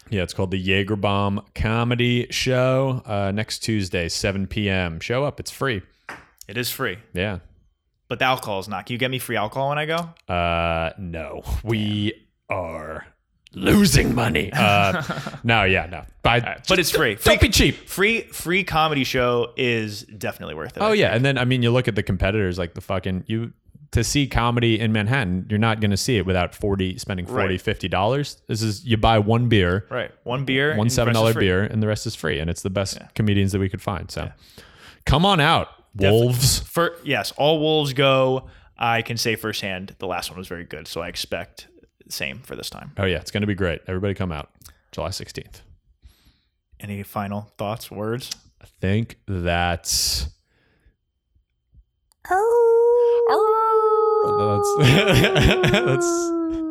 Yeah, it's called the Jaegerbomb Comedy Show. Uh, next Tuesday, 7 p.m. Show up. It's free. It is free, Yeah. but the alcohol is not. Can you get me free alcohol when I go? Uh, no, we are losing money. Uh, no, yeah, no. Buy, But it's free. free don't be cheap. free free comedy show is definitely worth it. Oh yeah, and then I mean, you look at the competitors, like the fucking you to see comedy in Manhattan. You're not going to see it without forty spending 40 Right. 50 dollars. This is you buy one beer. Right. One beer. one and the seven rest is dollar free. beer and the rest is free and it's the best comedians that we could find so come on out wolves For yes, all wolves go. I can say firsthand the last one was very good, so I expect same for this time. oh yeah it's gonna be great everybody come out july 16th Any final thoughts, words? i think that's that's that's